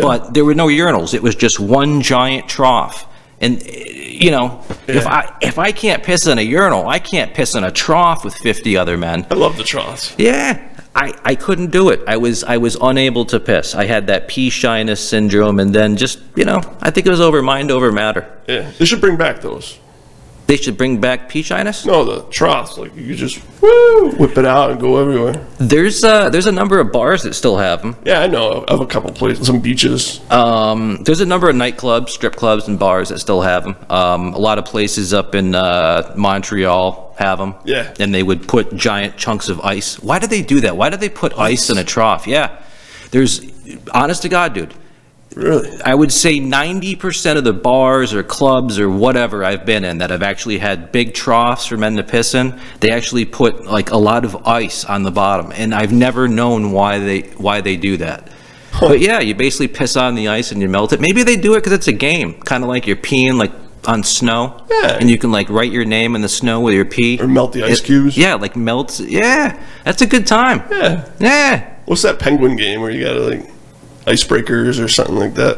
Speaker 4: but there were no urinals. It was just one giant trough. And eh, you know, if
Speaker 3: Yeah.
Speaker 4: I if I can't piss in a urinal, I can't piss in a trough with 50 other men.
Speaker 3: I love the troughs.
Speaker 4: Yeah. I, I couldn't do it. I was I was unable to piss. I had that pee shyness syndrome and then just, you know, I think it was over mind over matter.
Speaker 3: Yeah. They should bring back those.
Speaker 4: They should bring back pee shyness.
Speaker 3: No, the troughs. Like you could just woo, whip it out and go everywhere.
Speaker 4: There's uh there's a number of bars that still have them.
Speaker 3: Yeah, I know of a couple places, some beaches. Uh,
Speaker 4: Um, there's a number of nightclubs, strip clubs, and bars that still have them. Um, a lot of places up in uh, Montreal have them.
Speaker 3: Yeah.
Speaker 4: And they would put giant chunks of ice. Why do they do that? Why do they put ice in a trough? Yeah. There's, honest to God, dude,
Speaker 3: Really?
Speaker 4: I would say 90% of the bars or clubs or whatever I've been in that have actually had big troughs for men to piss in, they actually put like a lot of ice on the bottom, and I've never known why they why they do that. But yeah, you basically piss on the ice and you melt it. Maybe they do it because it's a game, kind of like you're peeing like on snow,
Speaker 3: Yeah.
Speaker 4: and you can like write your name in the snow with your pee,
Speaker 3: Or melt the ice
Speaker 4: It-
Speaker 3: cubes.
Speaker 4: Yeah, like melts. Yeah, that's a good time.
Speaker 3: Yeah.
Speaker 4: Yeah.
Speaker 3: What's that penguin game where you gotta like icebreakers or something like that?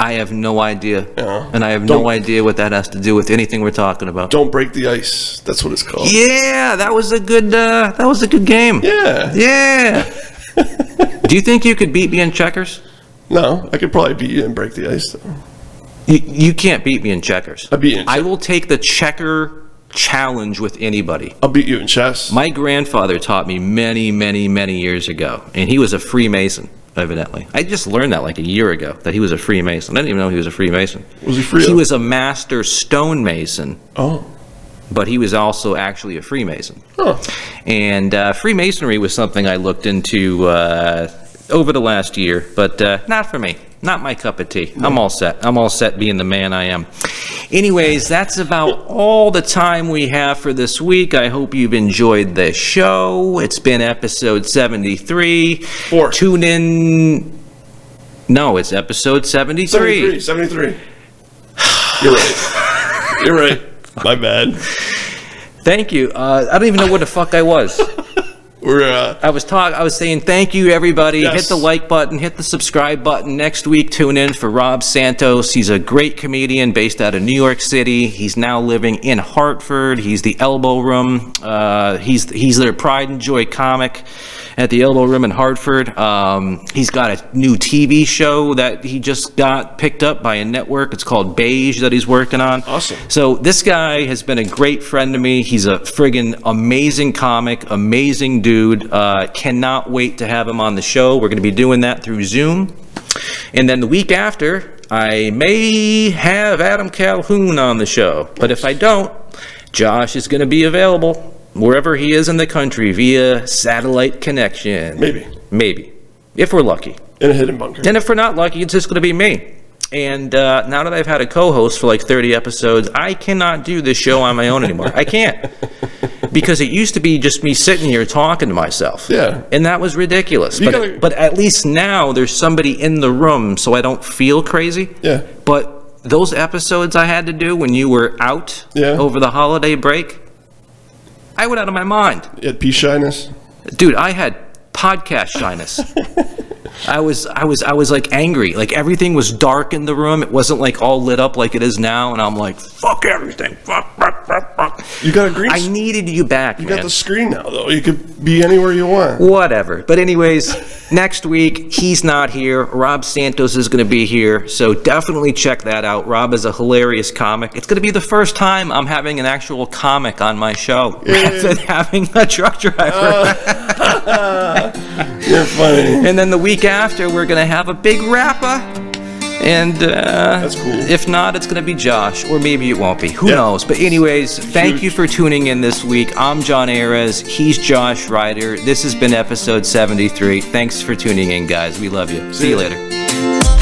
Speaker 4: I have no idea.
Speaker 3: Yeah.
Speaker 4: And I have no
Speaker 3: Uh-huh. Don't-
Speaker 4: idea what that has to do with anything we're talking about.
Speaker 3: Don't break the ice. That's what it's called.
Speaker 4: Yeah, that was a good uh, that was a good game.
Speaker 3: Yeah. [LAUGHS]
Speaker 4: Yeah. do you think you could beat me in checkers?
Speaker 3: No, I could probably beat you and break the ice though.
Speaker 4: You, you can't beat me in checkers.
Speaker 3: I beat you in
Speaker 4: I will take the checker challenge with anybody.
Speaker 3: I'll beat you in chess.
Speaker 4: My grandfather taught me many, many, many years ago, and he was a Freemason, evidently. I just learned that like a year ago that he was a Freemason. I didn't even know he was a Freemason.
Speaker 3: Was he free?
Speaker 4: He
Speaker 3: of-
Speaker 4: was a master stonemason,
Speaker 3: Oh.
Speaker 4: but he was also actually a Freemason.
Speaker 3: Huh.
Speaker 4: And uh, Freemasonry was something I looked into uh, over the last year, but uh, not for me. Not my cup of tea. I'm all set. I'm all set being the man I am. Anyways, that's about all the time we have for this week. I hope you've enjoyed the show. It's been episode 73.
Speaker 3: Four.
Speaker 4: Tune in. No, it's episode
Speaker 3: 73. 73. You're right. You're right. My bad.
Speaker 4: Thank you. Uh, I don't even know where the fuck I was.
Speaker 3: We're uh
Speaker 4: I was talk. I was saying thank you, everybody. Hit
Speaker 3: Yes.
Speaker 4: the like button. Hit the subscribe button. Next week, tune in for Rob Santos. He's a great comedian based out of New York City. He's now living in Hartford. He's the Elbow Room. Uh, he's he's their pride and joy comic at the Elbow Room in Hartford. Um, he's got a new TV show that he just got picked up by a network. It's called Beige that he's working on.
Speaker 3: Awesome.
Speaker 4: So this guy has been a great friend to me. He's a friggin' amazing comic, amazing dude. Uh, cannot wait to have him on the show. We're going to be doing that through Zoom. And then the week after, I may have Adam Calhoun on the show. But if I don't, Josh is going to be available wherever he is in the country via satellite connection.
Speaker 3: Maybe.
Speaker 4: Maybe. If we're lucky.
Speaker 3: in a hidden bunker.
Speaker 4: And if we're not lucky, it's just going to be me. And uh, now that I've had a co-host for like 30 episodes, I cannot do this show on my own anymore.
Speaker 3: [LAUGHS]
Speaker 4: I can't because it used to be just me sitting here talking to myself.
Speaker 3: Yeah.
Speaker 4: and that was ridiculous.
Speaker 3: You
Speaker 4: But,
Speaker 3: gotta-
Speaker 4: but at least now there's somebody in the room, so I don't feel crazy.
Speaker 3: Yeah.
Speaker 4: But those episodes I had to do when you were out
Speaker 3: Yeah.
Speaker 4: over the holiday break, I went out of my mind
Speaker 3: You had pea shyness.
Speaker 4: dude i had podcast
Speaker 3: [LAUGHS]
Speaker 4: shyness i was i was i was like angry like everything was dark in the room it wasn't like all lit up like it is now and i'm like fuck everything fuck, fuck, fuck, fuck.
Speaker 3: You got a green
Speaker 4: i
Speaker 3: s-
Speaker 4: needed you back
Speaker 3: You
Speaker 4: man
Speaker 3: got the screen now though. You could be anywhere you want.
Speaker 4: whatever
Speaker 3: [LAUGHS]
Speaker 4: but anyways next week he's not here rob santos is going to be here so definitely check that out rob is a hilarious comic it's going to be the first time i'm having an actual comic on my show rather than having a truck driver
Speaker 3: Oh.
Speaker 4: [LAUGHS]
Speaker 3: You're funny.
Speaker 4: And then the week after, we're going to have a big rapper. And uh,
Speaker 3: That's cool.
Speaker 4: if not, it's going to be Josh, or maybe it won't be. Who
Speaker 3: Yeah.
Speaker 4: knows? But, anyways, thank
Speaker 3: Huge.
Speaker 4: you for tuning in this week. I'm John Ayres. He's Josh Ryder. This has been episode 73. Thanks for tuning in, guys. We love you. See you
Speaker 3: ya.
Speaker 4: later.